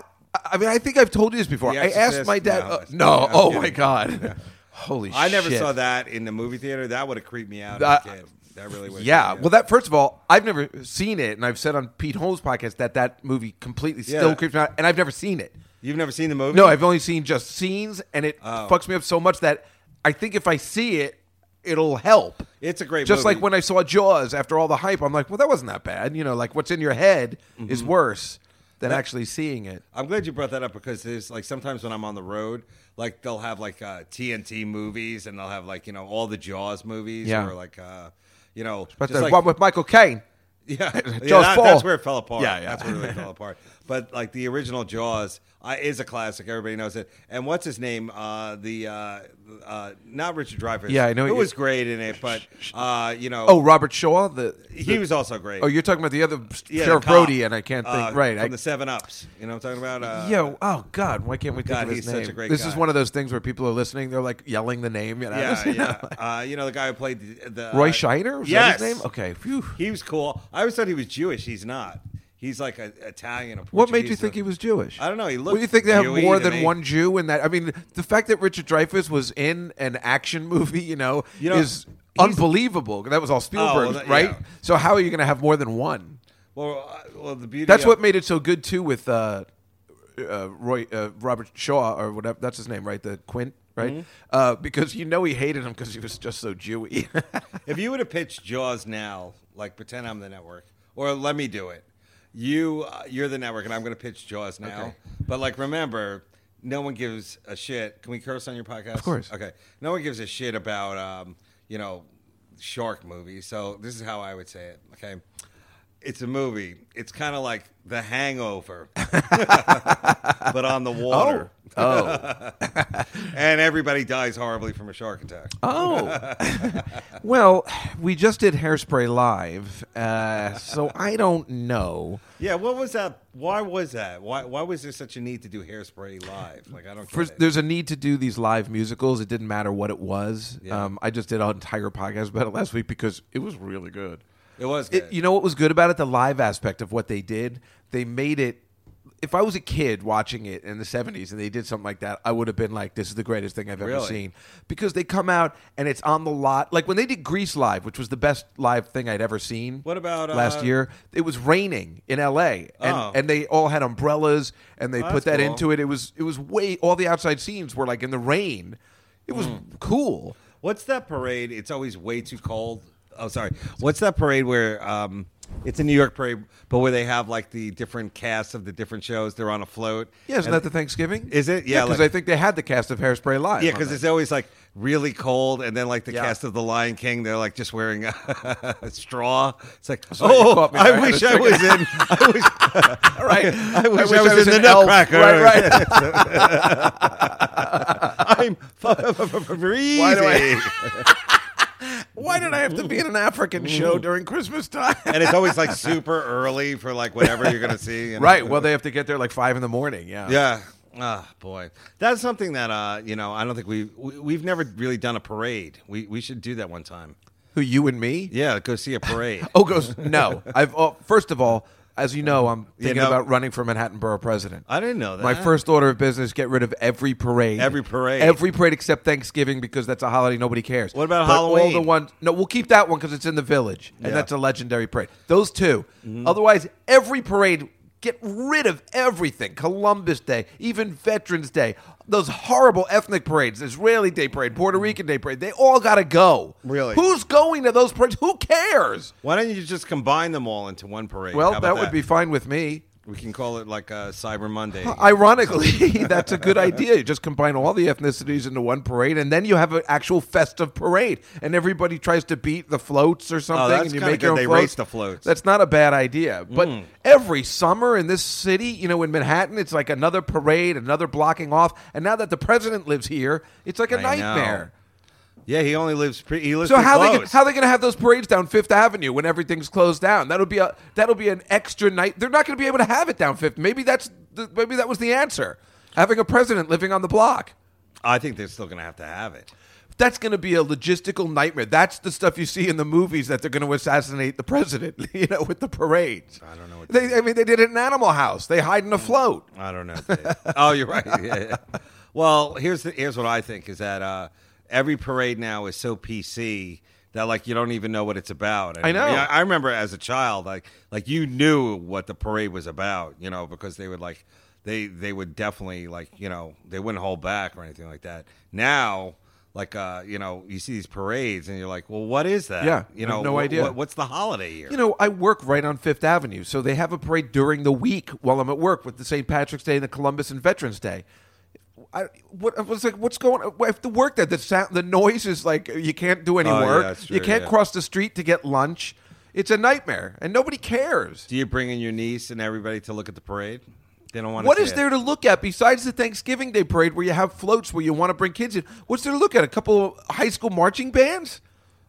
Speaker 1: I mean, I think I've told you this before.
Speaker 4: The
Speaker 1: I asked
Speaker 4: Exorcist?
Speaker 1: my dad.
Speaker 4: No,
Speaker 1: uh,
Speaker 4: it's-
Speaker 1: no.
Speaker 4: I'm
Speaker 1: oh
Speaker 4: kidding.
Speaker 1: my god. Holy shit.
Speaker 4: I never saw that in the movie theater. That would have creeped me out.
Speaker 1: That-
Speaker 4: as a kid. That really would.
Speaker 1: Yeah. Well, that first of all, I've never seen it, and I've said on Pete Holmes' podcast that that movie completely
Speaker 4: Yeah.
Speaker 1: still creeps me out, and I've never seen it.
Speaker 4: you've never seen the movie.
Speaker 1: No, I've only seen just scenes, and it
Speaker 4: Oh.
Speaker 1: fucks me up so much that I think if I see it, it'll help.
Speaker 4: It's a great
Speaker 1: Just
Speaker 4: movie.
Speaker 1: like when I saw Jaws after all the hype, I'm like, well, that wasn't that bad. You know, like what's in your head is
Speaker 4: Mm-hmm.
Speaker 1: worse than actually seeing it.
Speaker 4: I'm glad you brought that up because there's like sometimes when I'm on the road, like they'll have like uh, TNT movies and they'll have like you know all the Jaws movies
Speaker 1: Yeah.
Speaker 4: or like uh, you know
Speaker 1: But
Speaker 4: just
Speaker 1: the
Speaker 4: like-
Speaker 1: one with Michael Caine.
Speaker 4: Yeah, yeah
Speaker 1: Jaws
Speaker 4: that-
Speaker 1: fall.
Speaker 4: that's where it fell apart.
Speaker 1: Yeah, yeah.
Speaker 4: that's where it really fell apart. But like the original Jaws uh, is a classic. Everybody knows it. And what's his name? Uh, the uh, uh, not Richard Dreyfuss.
Speaker 1: Yeah, I know
Speaker 4: Who
Speaker 1: you-
Speaker 4: was great in it, but uh, you know,
Speaker 1: Oh, Robert Shaw. The
Speaker 4: he was also great.
Speaker 1: Oh, you're talking about the other
Speaker 4: Yeah, the
Speaker 1: Sheriff
Speaker 4: cop,
Speaker 1: Brody, and I can't think.
Speaker 4: uh,
Speaker 1: right.
Speaker 4: from
Speaker 1: I,
Speaker 4: the Seven Ups. You know what I'm talking about? Uh,
Speaker 1: yo, oh God, why can't we think
Speaker 4: God,
Speaker 1: of his
Speaker 4: he's
Speaker 1: name?
Speaker 4: such a great
Speaker 1: this
Speaker 4: guy.
Speaker 1: is one of those things where people are listening. They're like yelling the name. You know?
Speaker 4: Yeah, yeah. Uh, you know the guy who played the, the
Speaker 1: Roy
Speaker 4: uh,
Speaker 1: Scheider. Was
Speaker 4: yes.
Speaker 1: that his name? Okay. Phew.
Speaker 4: He was cool. I always thought he was Jewish. He's not. He's like a, Italian. Or
Speaker 1: What made you
Speaker 4: Portuguese.
Speaker 1: think he was Jewish?
Speaker 4: I don't know. He
Speaker 1: Well,
Speaker 4: looked
Speaker 1: you think they have
Speaker 4: Jewy
Speaker 1: more
Speaker 4: to
Speaker 1: than
Speaker 4: me.
Speaker 1: one Jew in that? I mean, the fact that Richard Dreyfuss was in an action movie, you know,
Speaker 4: You know,
Speaker 1: is
Speaker 4: he's- Oh,
Speaker 1: unbelievable. That was all Spielberg,
Speaker 4: that-
Speaker 1: right?
Speaker 4: yeah.
Speaker 1: So how are you going to have more than one?
Speaker 4: Well, uh, well, the beauty.
Speaker 1: That's
Speaker 4: of-
Speaker 1: what made it so good too with uh, uh, Roy uh, Robert Shaw or whatever. That's his name, right? The Quint, right?
Speaker 4: Mm-hmm.
Speaker 1: Uh, because you know he hated him because he was just so Jewy.
Speaker 4: If you would have pitched Jaws now, Like pretend I'm the network, or let me do it. You uh, you're the network, and I'm going to pitch Jaws now.
Speaker 1: Okay.
Speaker 4: But like remember, no one gives a shit. Can we curse on your podcast? Of
Speaker 1: course.
Speaker 4: Okay. No one gives a shit about um, you know shark movies. So this is how I would say it. Okay. It's a movie. It's kind of like The Hangover, but on the water,
Speaker 1: Oh,
Speaker 4: and everybody dies horribly from a shark attack.
Speaker 1: oh. well, we just did Hairspray live, uh, so I don't know.
Speaker 4: Yeah, what was that? Why was that? Why why was there such a need to do hairspray live? Like I don't
Speaker 1: For,
Speaker 4: get it.
Speaker 1: there's a need to do these live musicals. It didn't matter what it was.
Speaker 4: Yeah.
Speaker 1: Um, I just did an entire podcast about it last week because it was really good.
Speaker 4: It was
Speaker 1: It-
Speaker 4: good.
Speaker 1: you know what was good about it? The live aspect of what they did. They made it. If I was a kid watching it in the 70s and they did something like that, I would have been like, this is the greatest thing I've ever
Speaker 4: Really?
Speaker 1: seen. Because they come out and it's on the lot. Like when they did Grease Live, which was the best live thing I'd ever seen.
Speaker 4: What about,
Speaker 1: last
Speaker 4: uh,
Speaker 1: year? It was raining in LA and,
Speaker 4: Oh.
Speaker 1: and they all had umbrellas and they
Speaker 4: Oh,
Speaker 1: put that
Speaker 4: that's cool.
Speaker 1: into it. It was it was way all the outside scenes were like in the rain. It was
Speaker 4: Hmm.
Speaker 1: cool.
Speaker 4: What's that parade? It's always way too cold. Oh, sorry. What's that parade where um, it's a New York parade, but where they have like the different casts of the different shows? They're on a float.
Speaker 1: Yeah, isn't
Speaker 4: And-
Speaker 1: that the Thanksgiving?
Speaker 4: Is it? Yeah,
Speaker 1: because
Speaker 4: like-
Speaker 1: I think they had the cast of Hairspray live.
Speaker 4: Yeah,
Speaker 1: on
Speaker 4: because
Speaker 1: that.
Speaker 4: it's always like really cold, and then like the
Speaker 1: Yeah.
Speaker 4: cast of The Lion King, they're like just wearing a straw. It's like,
Speaker 1: Sorry, you
Speaker 4: oh,
Speaker 1: caught me. I
Speaker 4: I
Speaker 1: had
Speaker 4: wish
Speaker 1: to
Speaker 4: I
Speaker 1: check it
Speaker 4: was in. I wish,
Speaker 1: right.
Speaker 4: I wish I was in the
Speaker 1: elf.
Speaker 4: Nutcracker.
Speaker 1: Right, right.
Speaker 4: I'm freezing.
Speaker 1: Why do I- Why did I have to be in an African show during Christmas time?
Speaker 4: and it's always like super early for like whatever you're gonna see. you know?
Speaker 1: right. Well, they have to get there like five in the morning. Yeah.
Speaker 4: Yeah. Ah, boy, that's something that uh, you know, I don't think we've we, we've never really done a parade. We we should do that one time.
Speaker 1: Who you and me?
Speaker 4: Yeah, go see a parade.
Speaker 1: Oh, goes no. I've oh, first of all, as you know, I'm
Speaker 4: You
Speaker 1: thinking
Speaker 4: know-
Speaker 1: about running for Manhattan Borough President.
Speaker 4: I didn't know that.
Speaker 1: My first order of business: get rid of every parade,
Speaker 4: Every parade.
Speaker 1: every parade except Thanksgiving because that's a holiday nobody cares.
Speaker 4: What about
Speaker 1: But All
Speaker 4: Halloween?
Speaker 1: the ones. No, we'll keep that one because it's in the village and
Speaker 4: Yeah. Mm-hmm.
Speaker 1: that's a legendary parade. Those 2 Otherwise, every parade. Get rid of everything. Columbus Day, even Veterans Day, those horrible ethnic parades, Israeli Day Parade, Puerto Rican Day Parade, they all got to go.
Speaker 4: Mm-hmm. Really?
Speaker 1: Who's going to those parades? Who cares?
Speaker 4: Why don't you just combine them all into one parade?
Speaker 1: Well,
Speaker 4: How
Speaker 1: that,
Speaker 4: about
Speaker 1: would be fine with me.
Speaker 4: We can call it like uh, Cyber Monday.
Speaker 1: Ironically, that's a good idea. You just combine all the ethnicities into one parade, and then you have an actual festive parade, and everybody tries to beat the floats or something.
Speaker 4: Oh, that's
Speaker 1: and you
Speaker 4: kinda
Speaker 1: make your
Speaker 4: good.
Speaker 1: own
Speaker 4: They
Speaker 1: floats.
Speaker 4: race the floats. Hmm.
Speaker 1: That's not a bad idea. But every summer in this city, you know, in Manhattan, it's like another parade, another blocking off. And now that the president lives here, it's like a
Speaker 4: I know.
Speaker 1: nightmare.
Speaker 4: Yeah, he only lives. Pre- he lives.
Speaker 1: So
Speaker 4: pretty
Speaker 1: how they
Speaker 4: close.
Speaker 1: gonna- how they going to have those parades down Fifth Avenue when everything's closed down? That'll be a that'll be an extra night. They're not going to be able to have it down Fifth. Maybe that's the, maybe that was the answer. Having a president living on the block.
Speaker 4: I think they're still going to have to have it.
Speaker 1: That's going to be a logistical nightmare. That's the stuff you see in the movies that they're going to assassinate the president, you know, with the parades.
Speaker 4: I don't know what Mm.
Speaker 1: They, I mean, they did it in Animal House. They hide in a float.
Speaker 4: I don't know. Dave. oh, you're right. Yeah, yeah. Well, here's the, here's what I think is that uh, every parade now is so PC that like you don't even know what it's about. And,
Speaker 1: I know.
Speaker 4: yeah, I remember as a child, like like you knew what the parade was about, you know, because they would like they they would definitely like you know they wouldn't hold back or anything like that. Now. Like uh, you know, you see these parades, and you're like, "Well, what is that?"
Speaker 1: Yeah,
Speaker 4: you
Speaker 1: I
Speaker 4: know,
Speaker 1: have no
Speaker 4: wh-
Speaker 1: idea.
Speaker 4: wh- what's the holiday here?
Speaker 1: You know, I work right on Fifth Avenue, so they have a parade during the week while I'm at work with the St. Patrick's Day and the Columbus and Veterans Day. I, what, I was like, what's going? on? I have to work there. The sound, the noise is like you can't do any
Speaker 4: Oh, yeah,
Speaker 1: work.
Speaker 4: that's
Speaker 1: you
Speaker 4: true,
Speaker 1: can't
Speaker 4: yeah.
Speaker 1: cross the street to get lunch. It's a nightmare, and nobody cares.
Speaker 4: do you bring in your niece and everybody to look at the parade? They don't want.
Speaker 1: What
Speaker 4: to
Speaker 1: is there to look at besides the Thanksgiving Day parade where you have floats where you want to bring kids in? What's there to look at? A couple of high school marching bands?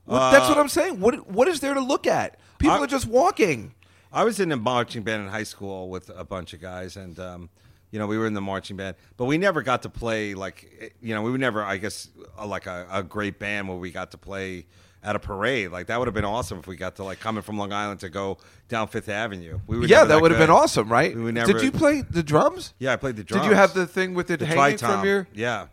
Speaker 1: What, that's what I'm saying. What what is there to look at? People
Speaker 4: Uh, I-
Speaker 1: are just walking.
Speaker 4: I was in a marching band in high school with a bunch of guys, and um, you know we were in the marching band, but we never got to play like eh, you know we were never I guess a, like a, a great band where we got to play at a parade. Like that would have been awesome if we got to like coming from Long Island to go down Fifth Avenue. We were
Speaker 1: Yeah,
Speaker 4: never
Speaker 1: that would have been
Speaker 4: good.
Speaker 1: awesome, right?
Speaker 4: We were never,
Speaker 1: Did you play the drums?
Speaker 4: Yeah, I played the drums.
Speaker 1: Did you have the thing with it
Speaker 4: the
Speaker 1: hanging
Speaker 4: tritom.
Speaker 1: from your?
Speaker 4: Yeah,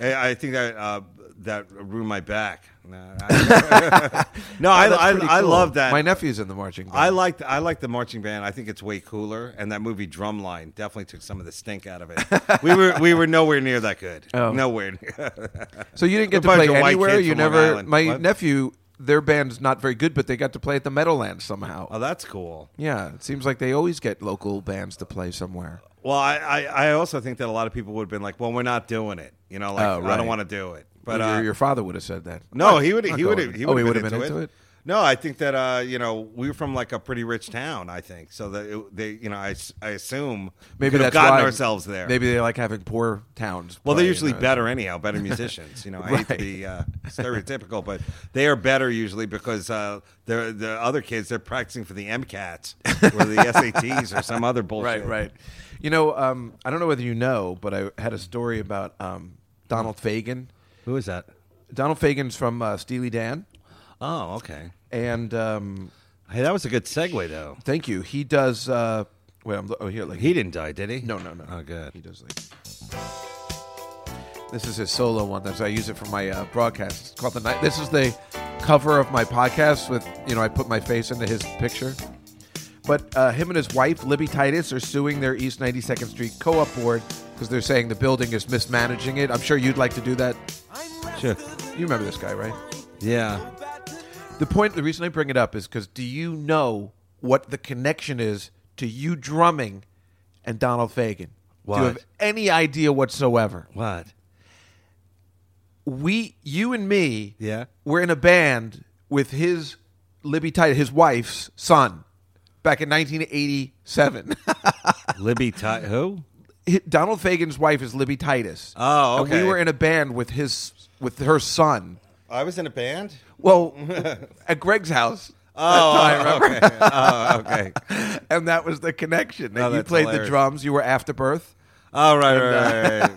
Speaker 4: I, I think that uh, that ruined my back. No, I, no, I,
Speaker 1: Oh, That's
Speaker 4: I,
Speaker 1: pretty
Speaker 4: I
Speaker 1: cool.
Speaker 4: love that.
Speaker 1: My nephew's in the marching band.
Speaker 4: I like I like the marching band. I think it's way cooler, and that movie Drumline definitely took some of the stink out of it. we were we were nowhere near
Speaker 1: Oh.
Speaker 4: that good. Nowhere. Near.
Speaker 1: so you didn't get
Speaker 4: a
Speaker 1: to
Speaker 4: bunch
Speaker 1: play
Speaker 4: of white
Speaker 1: anywhere.
Speaker 4: kids
Speaker 1: You
Speaker 4: from Long
Speaker 1: never.
Speaker 4: Island.
Speaker 1: My
Speaker 4: What?
Speaker 1: nephew their band's not very good, but they got to play at the Meadowlands somehow.
Speaker 4: Oh, that's cool.
Speaker 1: yeah, it seems like they always get local bands to play somewhere.
Speaker 4: Well, I, I, I also think that a lot of people would have been like, well, we're not doing it. You know, like,
Speaker 1: Oh,
Speaker 4: I
Speaker 1: right.
Speaker 4: don't want to do it. But
Speaker 1: your,
Speaker 4: uh,
Speaker 1: your father would have said that.
Speaker 4: no, he would
Speaker 1: Not
Speaker 4: he would
Speaker 1: going.
Speaker 4: have he
Speaker 1: Oh,
Speaker 4: would
Speaker 1: he
Speaker 4: have
Speaker 1: would've been into it?
Speaker 4: No, I think that uh, you know we were from like a pretty rich town. I think so that it, they you know I, s- I assume we
Speaker 1: Maybe
Speaker 4: could
Speaker 1: that's
Speaker 4: have gotten
Speaker 1: why-
Speaker 4: ourselves there.
Speaker 1: Maybe they like having poor towns.
Speaker 4: Well,
Speaker 1: play,
Speaker 4: they're
Speaker 1: you
Speaker 4: usually
Speaker 1: know.
Speaker 4: better anyhow, better musicians. You know, I hate to
Speaker 1: Right.
Speaker 4: be uh, stereotypical, but they are better usually because uh, they're the other kids. They're practicing for the MCATs or the SATs or some other bullshit.
Speaker 1: Right, right. You know, um, I don't know whether you know, but I had a story about um, Donald Fagen.
Speaker 4: Who is that?
Speaker 1: Donald Fagen's from uh, Steely Dan,
Speaker 4: Oh, okay.
Speaker 1: and um,
Speaker 4: Hey, that was a good segue though.
Speaker 1: thank you. He does. Uh, wait, I'm, oh, here, like
Speaker 4: He didn't die, did he?
Speaker 1: No, no, no.
Speaker 4: Oh, good.
Speaker 1: He does like. This is his solo one. That's I use it for my uh, broadcast. It's called the night. This is the cover of my podcast with you know I put my face into his picture. But uh, him and his wife Libby Titus are suing their East 92nd Street co-op board because they're saying the building is mismanaging it. I'm sure you'd like to do that.
Speaker 4: Sure.
Speaker 1: You remember this guy, right?
Speaker 4: Yeah.
Speaker 1: The point, the reason I bring it up is because do you know what the connection is to you drumming and Donald Fagen? Do you have
Speaker 4: What?
Speaker 1: any idea whatsoever?
Speaker 4: What?
Speaker 1: We, you and me,
Speaker 4: Yeah.
Speaker 1: were in a band with his Libby Titus, his wife's son, back in 1987.
Speaker 4: Libby Ty who?
Speaker 1: Donald Fagen's wife is Libby Titus.
Speaker 4: Oh,
Speaker 1: And
Speaker 4: okay.
Speaker 1: we were in a band with his with her son.
Speaker 4: I was in a band.
Speaker 1: Well, at Greg's house.
Speaker 4: Oh, okay. oh, okay.
Speaker 1: and that was the connection. That
Speaker 4: Oh,
Speaker 1: you
Speaker 4: that's
Speaker 1: played
Speaker 4: hilarious.
Speaker 1: the drums. You were Afterbirth.
Speaker 4: All right, right, right,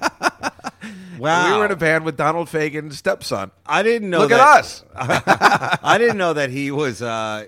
Speaker 4: right. wow.
Speaker 1: We were in a band with Donald Fagen's stepson.
Speaker 4: I didn't know.
Speaker 1: Look
Speaker 4: that,
Speaker 1: at us.
Speaker 4: I didn't know that he was. Uh,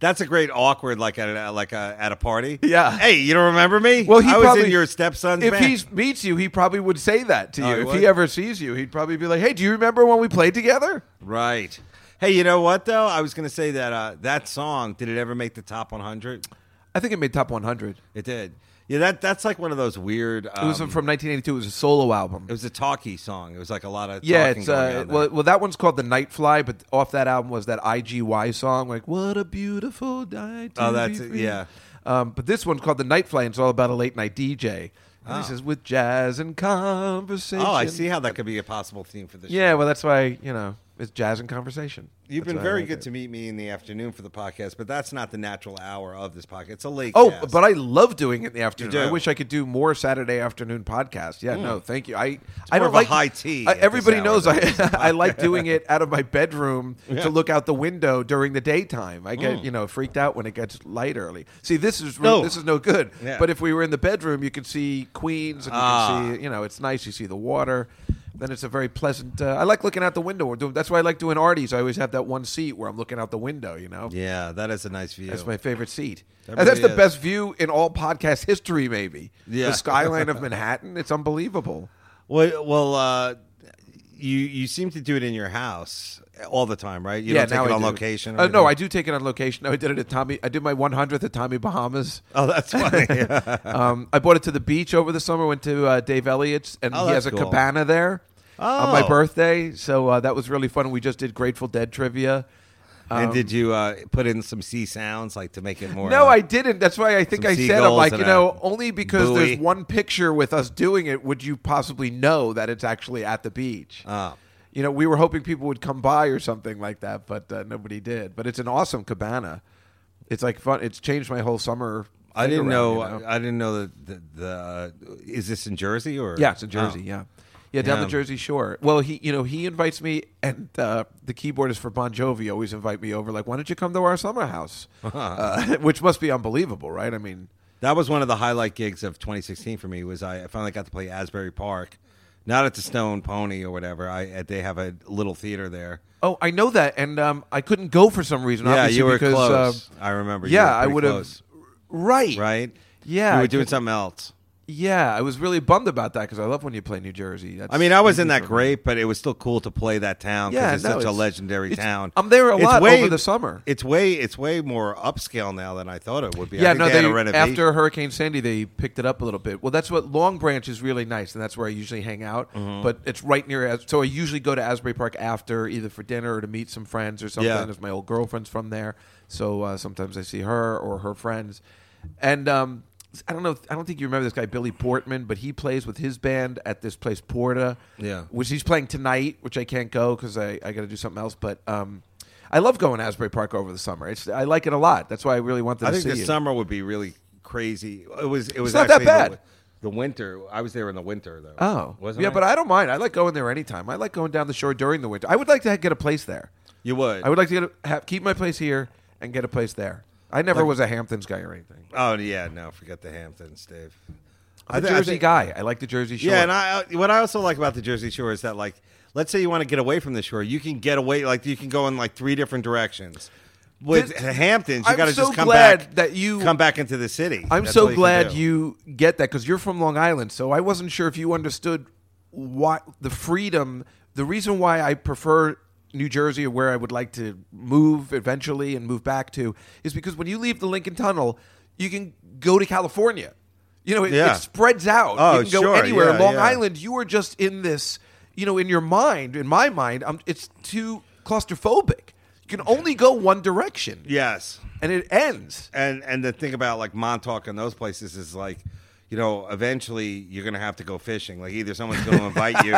Speaker 4: that's a great awkward like at a, like a, at a party.
Speaker 1: Yeah.
Speaker 4: Hey, you don't remember me?
Speaker 1: Well, he
Speaker 4: I
Speaker 1: probably
Speaker 4: was in your stepson's
Speaker 1: If
Speaker 4: band.
Speaker 1: he meets you, he probably would say that to you.
Speaker 4: Oh, he
Speaker 1: if
Speaker 4: would?
Speaker 1: he ever sees you, he'd probably be like, "Hey, do you remember when we played together?"
Speaker 4: right. Hey, you know what though? I was going to say that uh, that song did it ever make the top 100?
Speaker 1: I think it made top 100.
Speaker 4: It did. Yeah, that that's like one of those weird. Um,
Speaker 1: it was from 1982. It was a solo album.
Speaker 4: it was a talkie song. It was like a lot of
Speaker 1: yeah,
Speaker 4: talking
Speaker 1: it's
Speaker 4: going
Speaker 1: uh,
Speaker 4: on there.
Speaker 1: well, well, that one's called "The Nightfly," but off that album was that IGY song, like "What a beautiful night." to
Speaker 4: Oh,
Speaker 1: be
Speaker 4: that's it,
Speaker 1: free."
Speaker 4: yeah.
Speaker 1: Um, but this one's called "The Nightfly," and it's all about a late night DJ. And He says with jazz and conversation.
Speaker 4: Oh, I see how that could be a possible theme for this.
Speaker 1: Yeah, well, that's why you know it's jazz and conversation.
Speaker 4: You've
Speaker 1: That's
Speaker 4: been
Speaker 1: why I
Speaker 4: very
Speaker 1: like
Speaker 4: good
Speaker 1: it.
Speaker 4: to meet me in the afternoon for the podcast, but that's not the natural hour of this podcast. It's a late.
Speaker 1: Oh,
Speaker 4: cast.
Speaker 1: but I love doing it in the afternoon.
Speaker 4: do. Hmm.
Speaker 1: I wish I could do more Saturday afternoon podcasts. Yeah, no, thank you. I I don't
Speaker 4: more of a
Speaker 1: like
Speaker 4: high tea
Speaker 1: I-
Speaker 4: at this
Speaker 1: everybody
Speaker 4: hour
Speaker 1: knows
Speaker 4: than
Speaker 1: I
Speaker 4: it is
Speaker 1: I like doing it out of my bedroom
Speaker 4: Yeah. Hmm.
Speaker 1: to look out the window during the daytime. I get you know freaked out when it gets light early. See, this is re-
Speaker 4: No.
Speaker 1: this is no good.
Speaker 4: Yeah.
Speaker 1: But if we were in the bedroom, you could see Queens and you
Speaker 4: Ah.
Speaker 1: can see you know it's nice. You see the water. Then it's a very pleasant. Uh, I like looking out the window. Or do- That's why I like doing Artie's. I always have that one seat where I'm looking out the window. You know.
Speaker 4: Yeah, that is a nice view.
Speaker 1: That's my favorite seat.
Speaker 4: That
Speaker 1: and that's
Speaker 4: really
Speaker 1: the
Speaker 4: is.
Speaker 1: best view in all podcast history, maybe.
Speaker 4: Yeah.
Speaker 1: The skyline of Manhattan. It's unbelievable.
Speaker 4: well, well uh, you you seem to do it in your house all the time, right? You
Speaker 1: yeah,
Speaker 4: don't take
Speaker 1: now
Speaker 4: it
Speaker 1: I
Speaker 4: on
Speaker 1: do.
Speaker 4: location. or
Speaker 1: Uh, no, I
Speaker 4: anything?
Speaker 1: do take it on location. No, I did it at Tommy. I did my 100th at Tommy Bahamas.
Speaker 4: Oh, that's funny.
Speaker 1: Um, I bought it to the beach over the summer. Went to uh, Dave Elliott's, and
Speaker 4: Oh,
Speaker 1: he
Speaker 4: that's
Speaker 1: has a
Speaker 4: cool.
Speaker 1: cabana there on my
Speaker 4: Oh.
Speaker 1: birthday. So uh, that was really fun. We just did Grateful Dead trivia.
Speaker 4: and did you uh, put in some sea sounds like to make it more?
Speaker 1: No,
Speaker 4: uh,
Speaker 1: I didn't. That's why I think
Speaker 4: Some
Speaker 1: I said I'm
Speaker 4: seagulls
Speaker 1: like,
Speaker 4: and
Speaker 1: you
Speaker 4: a
Speaker 1: know, only because
Speaker 4: buoy.
Speaker 1: there's one picture with us doing it would you possibly know that it's actually at the beach.
Speaker 4: Ah.
Speaker 1: You know, we were hoping people would come by or something like that, but uh, nobody did. But it's an awesome cabana. It's like fun. It's changed my whole summer.
Speaker 4: I
Speaker 1: thing
Speaker 4: didn't
Speaker 1: around,
Speaker 4: know,
Speaker 1: you
Speaker 4: I didn't know that the, the uh, is this in Jersey or
Speaker 1: Yeah, it's in
Speaker 4: Oh.
Speaker 1: Jersey. Yeah, yeah, down
Speaker 4: Yeah.
Speaker 1: the Jersey Shore. Well, he, you know, he invites me, and uh, the keyboardist for Bon Jovi always invite me over. Like, why don't you come to our summer house? uh, which must be unbelievable, right? I mean,
Speaker 4: That was one of the highlight gigs of 2016 for me. Was I finally got to play Asbury Park, not at the Stone Pony or whatever. I uh, they have a little theater there.
Speaker 1: Oh, I know that, and um, I couldn't go for some reason.
Speaker 4: Yeah,
Speaker 1: obviously,
Speaker 4: you were
Speaker 1: because,
Speaker 4: close.
Speaker 1: uh,
Speaker 4: I remember. you
Speaker 1: yeah,
Speaker 4: were
Speaker 1: I
Speaker 4: pretty
Speaker 1: would have.
Speaker 4: close,
Speaker 1: Right,
Speaker 4: Right?
Speaker 1: Yeah,
Speaker 4: you
Speaker 1: I
Speaker 4: were doing
Speaker 1: could-
Speaker 4: something else.
Speaker 1: Yeah, I was really bummed about that because I love when you play New Jersey. That's
Speaker 4: I mean, I was
Speaker 1: easy
Speaker 4: in that
Speaker 1: for me.
Speaker 4: great, but it was still cool to play that town because
Speaker 1: Yeah,
Speaker 4: it's
Speaker 1: no,
Speaker 4: such a
Speaker 1: it's-
Speaker 4: legendary
Speaker 1: it's-
Speaker 4: town.
Speaker 1: I'm there a
Speaker 4: It's
Speaker 1: lot over the summer.
Speaker 4: It's way it's way more upscale now than I thought it would be. I
Speaker 1: Yeah,
Speaker 4: think
Speaker 1: no,
Speaker 4: they,
Speaker 1: they,
Speaker 4: had a renovation.
Speaker 1: after Hurricane Sandy, they picked it up a little bit. Well, that's what Long Branch is really nice, and that's where I usually hang out.
Speaker 4: Mm-hmm.
Speaker 1: But it's right near, As- so I usually go to Asbury Park after either for dinner or to meet some friends or something.
Speaker 4: Yeah.
Speaker 1: If my old girlfriend's from there, so uh, sometimes I see her or her friends. And um, I don't know, I don't think you remember this guy Billy Portman, but he plays with his band at this place Porta,
Speaker 4: Yeah.
Speaker 1: which he's playing tonight, which I can't go because I, I got to do something else, but. Um, I love going to Asbury Park over the summer. It's I like it a lot. That's why I really wanted
Speaker 4: I
Speaker 1: to
Speaker 4: think
Speaker 1: see
Speaker 4: the
Speaker 1: it.
Speaker 4: summer would be really crazy. It was it was
Speaker 1: not that
Speaker 4: actually
Speaker 1: bad.
Speaker 4: The, the winter, I was there in the winter though.
Speaker 1: Oh,
Speaker 4: wasn't
Speaker 1: yeah,
Speaker 4: I?
Speaker 1: but I don't mind. I like going there anytime. I like going down the shore during the winter. I would like to ha- get a place there.
Speaker 4: you would.
Speaker 1: I would like to get a, have, keep my place here and get a place there. I never was a Hamptons guy or anything.
Speaker 4: Oh yeah, no, forget the Hamptons, Dave.
Speaker 1: I'm a
Speaker 4: thi-
Speaker 1: Jersey
Speaker 4: think-
Speaker 1: guy. I like the Jersey Shore.
Speaker 4: Yeah, and I I- what I also like about the Jersey Shore is that like, let's say you want to get away from the shore, you can get away like you can go in like three different directions. With
Speaker 1: This-
Speaker 4: the Hamptons, you
Speaker 1: I'm
Speaker 4: got to
Speaker 1: so
Speaker 4: just come
Speaker 1: glad
Speaker 4: back
Speaker 1: that you-
Speaker 4: come back into the city.
Speaker 1: I'm
Speaker 4: That's all
Speaker 1: so
Speaker 4: can
Speaker 1: glad
Speaker 4: do.
Speaker 1: you get that because you're from Long Island. So I wasn't sure if you understood what the freedom, the reason why I prefer New Jersey or where I would like to move eventually and move back to is because when you leave the Lincoln Tunnel, you can go to California. You know, it,
Speaker 4: Yeah.
Speaker 1: it spreads out.
Speaker 4: Oh,
Speaker 1: you can go
Speaker 4: sure.
Speaker 1: anywhere.
Speaker 4: Yeah,
Speaker 1: Long
Speaker 4: yeah.
Speaker 1: Island, you are just in this, you know, in your mind, in my mind, i it's too claustrophobic. You can only go one direction.
Speaker 4: Yes,
Speaker 1: And it ends.
Speaker 4: and and the thing about like Montauk and those places is like. You know, eventually you're gonna have to go fishing. Like either someone's gonna invite you,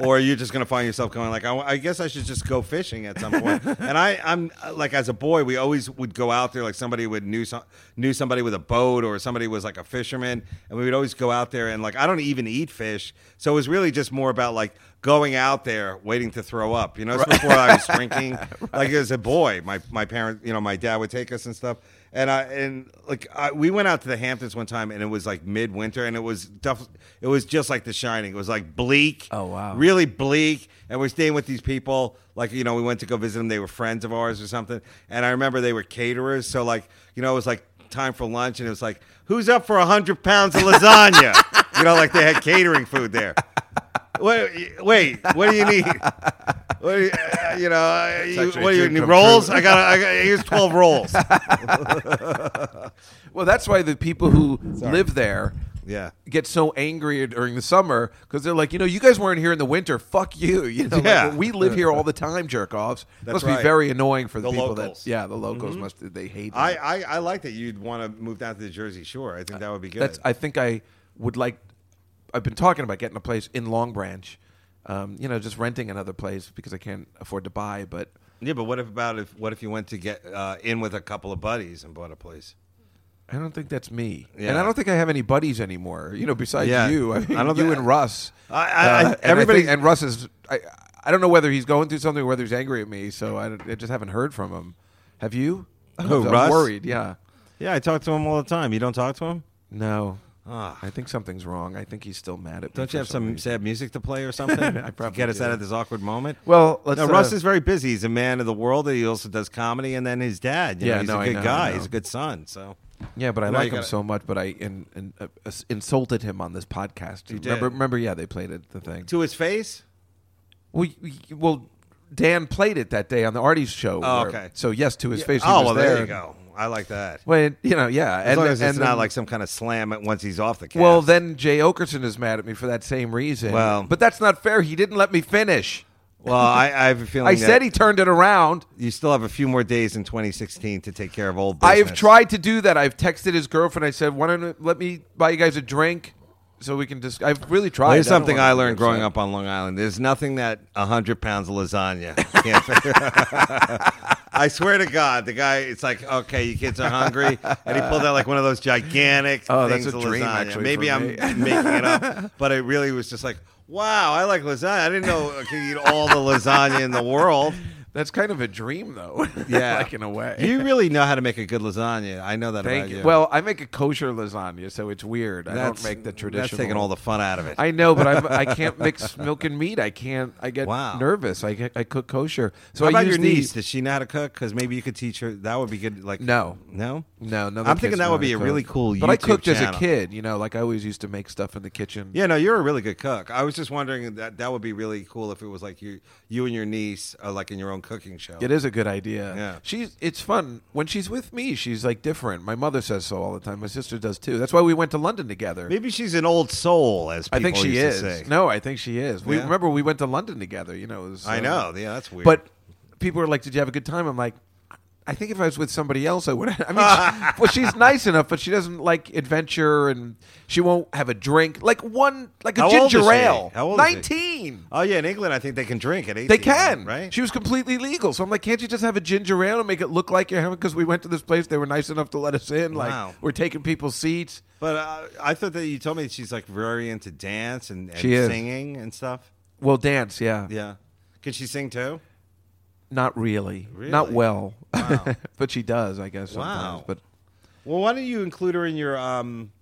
Speaker 4: or you're just gonna find yourself going like, I, I guess I should just go fishing at some point. And I, I'm uh, like, as a boy, we always would go out there. Like somebody would knew some, knew somebody with a boat, or somebody was like a fisherman, and we would always go out there. And like, I don't even eat fish, so it was really just more about like going out there waiting to throw up. You know, it's before I was drinking. Like as a boy, my my parents, you know, my dad would take us and stuff. And I and like I, we went out to the Hamptons one time, and it was like midwinter, and it was duff, it was just like The Shining. It was like bleak.
Speaker 1: Oh, wow.
Speaker 4: really bleak. And we're staying with these people. Like you know, we went to go visit them. They were friends of ours or something. And I remember they were caterers, so like you know, it was like time for lunch, and it was like, who's up for hundred pounds of lasagna? you know, like they had catering food there. Wait, wait. What do you need? What do you, uh, you know, uh, you-
Speaker 1: actually
Speaker 4: what
Speaker 1: a
Speaker 4: do you
Speaker 1: dream
Speaker 4: need?
Speaker 1: come
Speaker 4: Rolls?
Speaker 1: true.
Speaker 4: I got. I got. Here's twelve rolls.
Speaker 1: Well, that's why the people who live there
Speaker 4: Yeah.
Speaker 1: get so angry during the summer because they're like, you know, you guys weren't here in the winter. Fuck you. You know, like,
Speaker 4: Yeah.
Speaker 1: we live here all the time, jerk offs.
Speaker 4: That's
Speaker 1: Must be
Speaker 4: right.
Speaker 1: very annoying for the,
Speaker 4: The
Speaker 1: people
Speaker 4: locals.
Speaker 1: that.
Speaker 4: Mm-hmm.
Speaker 1: Yeah, the locals must. They hate.
Speaker 4: I,
Speaker 1: that.
Speaker 4: I, I like that you'd want to move down to the Jersey Shore. I think that would be good.
Speaker 1: That's. I think I would like. I've been talking about getting a place in Long Branch. Um, you know, just renting another place because I can't afford to buy. But
Speaker 4: yeah, but what if about if what if you went to get uh, in with a couple of buddies and bought a place?
Speaker 1: I don't think that's me, and
Speaker 4: Yeah.
Speaker 1: I don't think I have any buddies anymore. You know, besides
Speaker 4: Yeah.
Speaker 1: you, I, mean,
Speaker 4: I don't
Speaker 1: you
Speaker 4: thi-
Speaker 1: and Russ. Uh,
Speaker 4: I- I- I-
Speaker 1: and
Speaker 4: everybody-
Speaker 1: think- and Russ is. I, I don't know whether he's going through something or whether he's angry at me. So I, don't- I just haven't heard from him. Have you?
Speaker 4: Who,
Speaker 1: I'm
Speaker 4: Russ?
Speaker 1: worried. Yeah.
Speaker 4: Yeah, I talk to him all the time. You don't talk to him?
Speaker 1: No.
Speaker 4: Ah.
Speaker 1: I think something's wrong. I think he's still mad at me.
Speaker 4: Don't
Speaker 1: for
Speaker 4: you have some
Speaker 1: reason.
Speaker 4: sad music to play or something? I
Speaker 1: probably
Speaker 4: get us
Speaker 1: do.
Speaker 4: out of this awkward moment.
Speaker 1: Well, let's,
Speaker 4: No, Russ
Speaker 1: uh,
Speaker 4: is very busy. He's a man of the world. He also does comedy, and then his dad. You know,
Speaker 1: Yeah,
Speaker 4: he's
Speaker 1: no,
Speaker 4: a
Speaker 1: I
Speaker 4: good
Speaker 1: know, I
Speaker 4: guy.
Speaker 1: know.
Speaker 4: He's a good son. So
Speaker 1: Yeah, but I
Speaker 4: No,
Speaker 1: like
Speaker 4: you
Speaker 1: him
Speaker 4: gotta-
Speaker 1: so much. But I in, in, uh, s- insulted him on this podcast.
Speaker 4: You
Speaker 1: remember,
Speaker 4: did.
Speaker 1: remember? Yeah, they played it. The thing.
Speaker 4: to his face.
Speaker 1: Well, y- y- well, Dan played it that day on the Artie's show.
Speaker 4: Oh, okay.
Speaker 1: So yes, to his face. he
Speaker 4: Oh,
Speaker 1: was
Speaker 4: well, there. you
Speaker 1: there.
Speaker 4: go. I like that.
Speaker 1: Well, you know, yeah,
Speaker 4: As long as it's
Speaker 1: then-
Speaker 4: not like some kind of slam at once he's off the cast.
Speaker 1: Well, then Jay Okerson is mad at me for that same reason.
Speaker 4: Well-
Speaker 1: but that's not fair. He didn't let me finish.
Speaker 4: well, I, I have a feeling.
Speaker 1: I
Speaker 4: that
Speaker 1: said he turned it around.
Speaker 4: You still have a few more days in 2016 to take care of old.
Speaker 1: I
Speaker 4: Business.
Speaker 1: have tried to do that. I've texted his girlfriend. I said, "Why don't let me buy you guys a drink so we can just?" I've really tried.
Speaker 4: Well, here's
Speaker 1: I don't
Speaker 4: something
Speaker 1: wanna
Speaker 4: I
Speaker 1: be
Speaker 4: learned growing
Speaker 1: upset.
Speaker 4: up on Long Island. There's nothing that 100 pounds of lasagna. can't fi- I swear to God, the guy. It's like, okay, you kids are hungry, and he pulled out like one of those gigantic
Speaker 1: Oh, that's
Speaker 4: things
Speaker 1: a
Speaker 4: of
Speaker 1: dream,
Speaker 4: lasagna.
Speaker 1: actually,
Speaker 4: Maybe
Speaker 1: for
Speaker 4: I'm
Speaker 1: me.
Speaker 4: making it up, but it really was just like, wow, I like lasagna. I didn't know I could eat all the lasagna in the world.
Speaker 1: That's kind of a dream, though.
Speaker 4: Yeah,
Speaker 1: like in a way.
Speaker 4: You really know how to make a good lasagna. I know that.
Speaker 1: Thank
Speaker 4: about
Speaker 1: you.
Speaker 4: you.
Speaker 1: Well, I make a kosher lasagna, so it's weird. I don't make the traditional.
Speaker 4: That's taking all the fun out of it.
Speaker 1: I know, but I'm, I can't mix milk and meat. I can't. I get
Speaker 4: Wow.
Speaker 1: nervous. I, get, I cook kosher. So
Speaker 4: How
Speaker 1: I
Speaker 4: about
Speaker 1: use
Speaker 4: your
Speaker 1: the-
Speaker 4: niece? Does she know how to cook? Because maybe you could teach her. That would be good. Like
Speaker 1: No.
Speaker 4: no.
Speaker 1: No, no.
Speaker 4: I'm thinking that would be a really cool
Speaker 1: But I
Speaker 4: YouTube
Speaker 1: cooked as a
Speaker 4: channel.
Speaker 1: kid. You know, like I always used to make stuff in the kitchen.
Speaker 4: Yeah, no, you're a really good cook. I was just wondering that that would be really cool if it was like you, you and your niece, are like in your own cooking show.
Speaker 1: It is a good idea.
Speaker 4: Yeah.
Speaker 1: She's it's fun. When she's with me, she's like different. My mother says so all the time. My sister does too. That's why we went to London together.
Speaker 4: Maybe she's an old soul, as people
Speaker 1: I think she
Speaker 4: used
Speaker 1: is.
Speaker 4: to say.
Speaker 1: No, I think she is. We
Speaker 4: Yeah.
Speaker 1: remember we went to London together, you know. It was,
Speaker 4: I
Speaker 1: uh,
Speaker 4: know. Yeah, that's weird.
Speaker 1: But people are like, "Did you have a good time?" I'm like, "I think if I was with somebody else, I would." I mean, she, well, she's nice enough, but she doesn't like adventure, and she won't have a drink. Like one, like a
Speaker 4: How old is
Speaker 1: ginger
Speaker 4: she?
Speaker 1: ale.
Speaker 4: How old is she?
Speaker 1: Nineteen.
Speaker 4: oh yeah, in England, I think they can drink at 18.
Speaker 1: They can.
Speaker 4: right?
Speaker 1: She was completely legal. So I'm like, can't you just have a ginger ale and make it look like you're having? Because we went to this place, they were nice enough to let us in. Like
Speaker 4: Wow.
Speaker 1: we're taking people's seats.
Speaker 4: but uh, I thought that you told me she's like very into dance and, and
Speaker 1: She is.
Speaker 4: singing and stuff.
Speaker 1: We'll dance. Yeah.
Speaker 4: Yeah, can she sing too?
Speaker 1: Not really. Not
Speaker 4: Really?
Speaker 1: well.
Speaker 4: Wow.
Speaker 1: but she does, I guess. Sometimes.
Speaker 4: Wow.
Speaker 1: But
Speaker 4: Well, why don't you include her in your um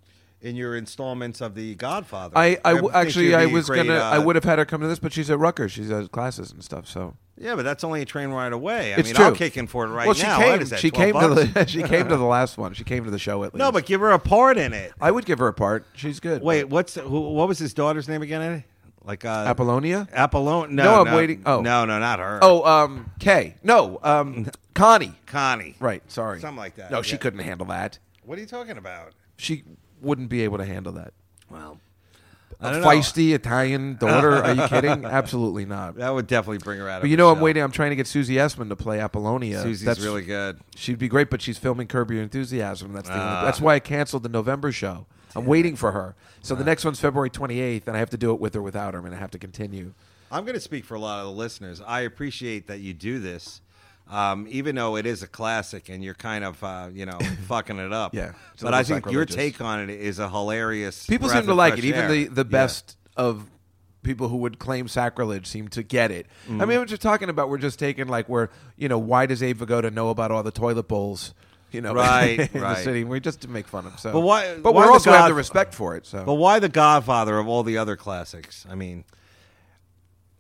Speaker 4: in your installments of The Godfather?
Speaker 1: I, I w-
Speaker 4: think
Speaker 1: actually
Speaker 4: you'd
Speaker 1: I
Speaker 4: be
Speaker 1: was
Speaker 4: great,
Speaker 1: gonna
Speaker 4: uh,
Speaker 1: I would have had her come to this, but she's at Rutgers. She's at classes and stuff. So
Speaker 4: Yeah, but that's only a train ride away. I
Speaker 1: it's
Speaker 4: mean,
Speaker 1: true.
Speaker 4: I'll kick in for it right
Speaker 1: well,
Speaker 4: now.
Speaker 1: she
Speaker 4: What
Speaker 1: came.
Speaker 4: is that,
Speaker 1: she
Speaker 4: 12
Speaker 1: came to
Speaker 4: bucks?
Speaker 1: the she came to the last one. She came to the show at least.
Speaker 4: No, but give her a part in it.
Speaker 1: I would give her a part. She's good.
Speaker 4: Wait, what's who, what was his daughter's name again? Eddie? Like uh,
Speaker 1: Apollonia.
Speaker 4: Apollonia. No,
Speaker 1: No, I'm waiting- oh.
Speaker 4: no, no, not her.
Speaker 1: Oh, um, Kay. No, um, Connie.
Speaker 4: Connie.
Speaker 1: Right. Sorry.
Speaker 4: Something like that,
Speaker 1: No, she
Speaker 4: yeah.
Speaker 1: couldn't handle that.
Speaker 4: What are you talking about?
Speaker 1: She wouldn't be able to handle that.
Speaker 4: Well,
Speaker 1: A
Speaker 4: don't know.
Speaker 1: feisty Italian daughter? Are you kidding? Absolutely not.
Speaker 4: that would definitely bring her out.
Speaker 1: But
Speaker 4: of
Speaker 1: you know, I'm
Speaker 4: herself.
Speaker 1: waiting. I'm trying to get Susie Essman to play Apollonia.
Speaker 4: Susie's
Speaker 1: That's
Speaker 4: really good.
Speaker 1: She'd be great, but she's filming Curb Your Enthusiasm. That's the
Speaker 4: Ah.
Speaker 1: only, that's why I canceled the November show. I'm waiting for her. So
Speaker 4: Ah.
Speaker 1: the next one's February 28th, and I have to do it with or without her. I'm going to have to continue.
Speaker 4: I'm going to speak for a lot of the listeners. I appreciate that you do this, um, even though it is a classic and you're kind of, uh, you know, fucking it up.
Speaker 1: Yeah, it's a
Speaker 4: But
Speaker 1: little
Speaker 4: I think your
Speaker 1: sacrilegious.
Speaker 4: take on it is a hilarious.
Speaker 1: People
Speaker 4: breath
Speaker 1: seem to
Speaker 4: of
Speaker 1: like it.
Speaker 4: fresh
Speaker 1: Even
Speaker 4: air.
Speaker 1: the, the
Speaker 4: Yeah.
Speaker 1: best of people who would claim sacrilege seem to get it. I
Speaker 4: Mm.
Speaker 1: mean, what you're talking about, we're just taking like we're you know, why does Abe Vigoda know about all the toilet bowls? You know,
Speaker 4: Right,
Speaker 1: in the
Speaker 4: right.
Speaker 1: city. We just to make fun of. So,
Speaker 4: But why-
Speaker 1: But
Speaker 4: why
Speaker 1: we're
Speaker 4: the
Speaker 1: also have
Speaker 4: God-
Speaker 1: the respect for it. So,
Speaker 4: But why the Godfather of all the other classics? I mean,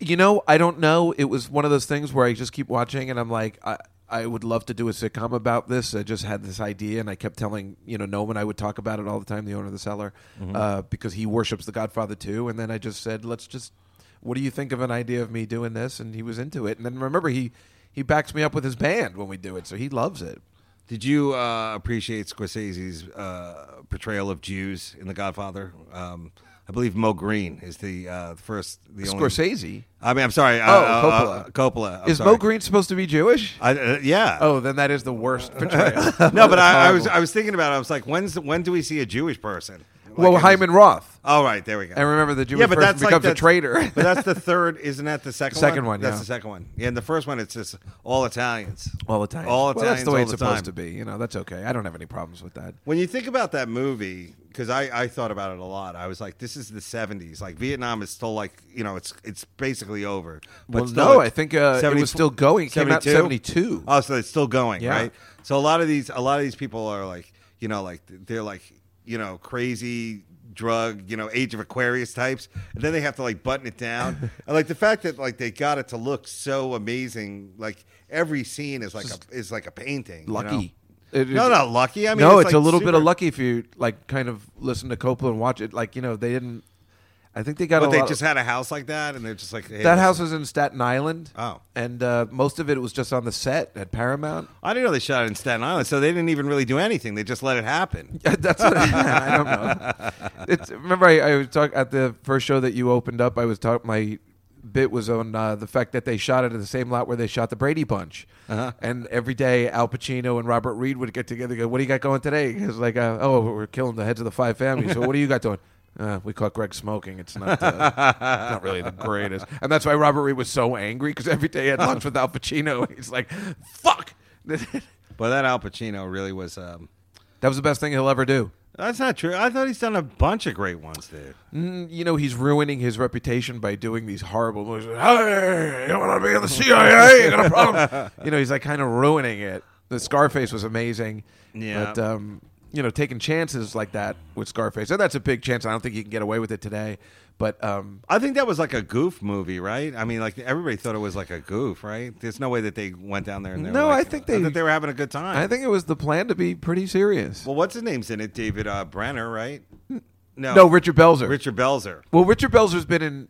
Speaker 1: You know, I don't know. It was one of those things where I just keep watching, and I'm like, I, I would love to do a sitcom about this. I just had this idea, and I kept telling you know Noman I would talk about it all the time, the owner of the cellar,
Speaker 4: Mm-hmm.
Speaker 1: uh, because he worships The Godfather too. And then I just said, let's just, what do you think of an idea of me doing this? And he was into it. And then remember, he he backs me up with his band when we do it, so he loves it.
Speaker 4: did you uh, appreciate Scorsese's uh, portrayal of Jews in The Godfather? Um, I believe Mo Green is the uh, first, the only.
Speaker 1: Scorsese
Speaker 4: I mean, I'm sorry.
Speaker 1: Oh,
Speaker 4: uh, uh,
Speaker 1: Coppola.
Speaker 4: Coppola. I'm
Speaker 1: is
Speaker 4: sorry.
Speaker 1: Mo Green supposed to be Jewish?
Speaker 4: I, uh, yeah.
Speaker 1: Oh, then that is the worst portrayal.
Speaker 4: No, but I, I was I was thinking about it. I was like, when's the- when do we see a Jewish person? Like,
Speaker 1: well,
Speaker 4: it was-
Speaker 1: Hyman Roth.
Speaker 4: All right, there we go.
Speaker 1: And remember, the Jewish person becomes a
Speaker 4: that's-
Speaker 1: traitor.
Speaker 4: but that's the third, isn't that the second?
Speaker 1: Second one,
Speaker 4: That's
Speaker 1: yeah.
Speaker 4: the second one. Yeah, and the first one, it's just all Italians.
Speaker 1: All the time.
Speaker 4: All
Speaker 1: well,
Speaker 4: Italians.
Speaker 1: that's the way
Speaker 4: all
Speaker 1: it's
Speaker 4: the
Speaker 1: supposed
Speaker 4: time.
Speaker 1: to be. You know, that's okay. I don't have any problems with that.
Speaker 4: When you think about that movie, because I, I thought about it a lot, I was like, this is the '70s. Like Vietnam is still like you know it's it's basically over. But
Speaker 1: Well,
Speaker 4: still,
Speaker 1: no,
Speaker 4: it's
Speaker 1: I think, uh, it was
Speaker 4: 74
Speaker 1: still going. It came out in 72.
Speaker 4: Oh, so it's still going,
Speaker 1: Yeah.
Speaker 4: right? So a lot of these a lot of these people are like you know like they're like you know crazy drug you know age of aquarius types and then they have to like button it down and like the fact that like they got it to look so amazing like every scene is like a is like a painting you
Speaker 1: Lucky.
Speaker 4: know?
Speaker 1: It-
Speaker 4: no
Speaker 1: it-
Speaker 4: not lucky i mean
Speaker 1: no,
Speaker 4: it's,
Speaker 1: it's,
Speaker 4: like,
Speaker 1: a little bit of
Speaker 4: super-
Speaker 1: lucky if you like kind of listen to Coppola and watch it. Like you know, they didn't. I think they got
Speaker 4: But
Speaker 1: a
Speaker 4: they
Speaker 1: lot of-
Speaker 4: just had a house like that, and they're just like hey,
Speaker 1: that
Speaker 4: listen.
Speaker 1: house was in Staten Island.
Speaker 4: Oh.
Speaker 1: and uh, most of it was just on the set at Paramount.
Speaker 4: I didn't know they shot it in Staten Island, so they didn't even really do anything. They just let it happen.
Speaker 1: That's what I don't know. It's, remember, I, I was talk at the first show that you opened up. I was talking. My bit was on uh, the fact that they shot it in the same lot where they shot the Brady Bunch. And every day, Al Pacino and Robert Reed would get together. and Go, what do you got going today? Because like, uh, oh, we're killing the heads of the five families. So what do you got doing? Uh, we caught Greg smoking. It's not uh, not really the greatest, and that's why Robert Reed was so angry because every day he had lunch with Al Pacino. He's like, "Fuck." that
Speaker 4: But that Al Pacino really was. Um,
Speaker 1: was the best thing he'll ever do.
Speaker 4: that's not true. I thought he's done a bunch of great ones, dude.
Speaker 1: you know he's ruining his reputation by doing these horrible movies. Hey, you want to be in the CIA? You got a problem? you know, he's like kind of ruining it. The Scarface was amazing.
Speaker 4: Yeah.
Speaker 1: But um, you know, taking chances like that with Scarface. And that's a big chance. I don't think you can get away with it today. But um,
Speaker 4: I think that was like a goof movie, right? I mean, like everybody thought it was like a goof, right? There's no way that they went down there and they were
Speaker 1: No, I
Speaker 4: like-
Speaker 1: think they-
Speaker 4: that they were having a good time.
Speaker 1: I think it was the plan to be pretty serious.
Speaker 4: Well, what's his name's in it? David uh, Brenner, right? No,
Speaker 1: no, Richard Belzer.
Speaker 4: Richard Belzer.
Speaker 1: Well, Richard Belzer's been in,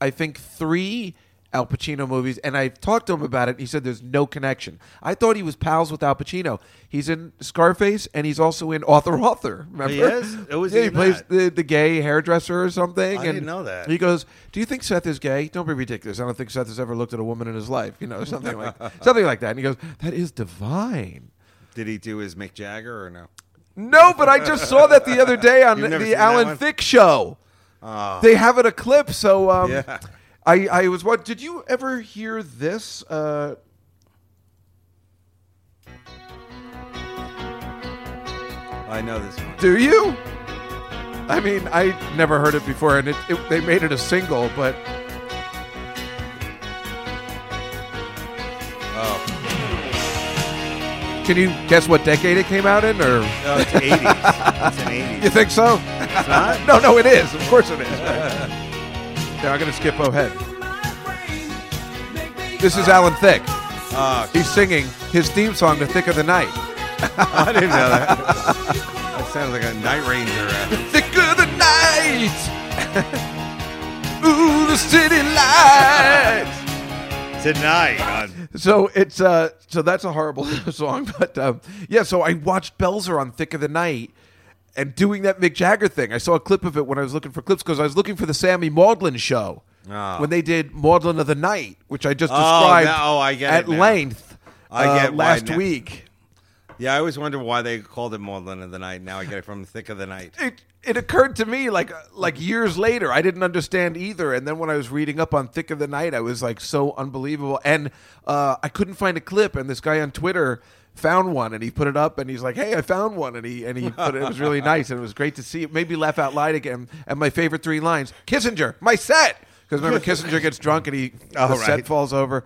Speaker 1: I think, three Al Pacino movies, and I talked to him about it. He said there's no connection. I thought he was pals with Al Pacino. He's in Scarface, and he's also in Author Author. Remember?
Speaker 4: He is? Oh, is
Speaker 1: yeah,
Speaker 4: he
Speaker 1: he
Speaker 4: in
Speaker 1: plays
Speaker 4: that?
Speaker 1: the, the gay hairdresser or something.
Speaker 4: I
Speaker 1: and
Speaker 4: didn't know that.
Speaker 1: He goes, "Do you think Seth is gay? Don't be ridiculous. I don't think Seth has ever looked at a woman in his life. You know, something like something like that." And he goes, "That is divine."
Speaker 4: Did he do his Mick Jagger or no?
Speaker 1: No, but I just saw that the other day on
Speaker 4: You've never
Speaker 1: the
Speaker 4: seen that
Speaker 1: Alan
Speaker 4: one? Oh.
Speaker 1: Thicke show. They have it a clip. So um,
Speaker 4: Yeah.
Speaker 1: I, I was what? Did you ever hear this? Uh,
Speaker 4: I know this one.
Speaker 1: do you? I mean, I never heard it before, and it, it, they made it a single. But
Speaker 4: Oh,
Speaker 1: Oh. can you guess what decade it came out in? Or
Speaker 4: no, it's 80s. it's an 80s.
Speaker 1: you think so?
Speaker 4: it's not?
Speaker 1: no, no, it is. Of course it is. Right. Now I'm gonna skip ahead. This is Alan Thicke.
Speaker 4: Oh,
Speaker 1: He's singing his theme song, "The Thick of the Night."
Speaker 4: I didn't know that. that sounds like a Night Ranger.
Speaker 1: thick of the night. Ooh, the city lights.
Speaker 4: uh, Tonight on
Speaker 1: So it's uh, so that's a horrible song, but um, yeah. So I watched Belzer on Thick of the Night and doing that Mick Jagger thing. I saw a clip of it when I was looking for clips because I was looking for the Sammy Maudlin show
Speaker 4: Ah.
Speaker 1: when they did Maudlin of the Night, which I just
Speaker 4: Oh,
Speaker 1: described
Speaker 4: now- oh, I get
Speaker 1: at
Speaker 4: it now.
Speaker 1: length.
Speaker 4: I
Speaker 1: uh,
Speaker 4: get why
Speaker 1: last
Speaker 4: now.
Speaker 1: week.
Speaker 4: Yeah, I always wonder why they called it Maudlin of the Night. Now I get it from Thick of the Night.
Speaker 1: it it occurred to me like uh, like years later I didn't understand either and then when I was reading up on Thick of the Night I was like so unbelievable and uh, I couldn't find a clip and this guy on Twitter found one and he put it up and he's like hey I found one and he and he put it, it was really nice and it was great to see it made me laugh out loud again and my favorite three lines Kissinger my set because remember Kissinger gets drunk and he
Speaker 4: Oh,
Speaker 1: the
Speaker 4: right.
Speaker 1: set falls over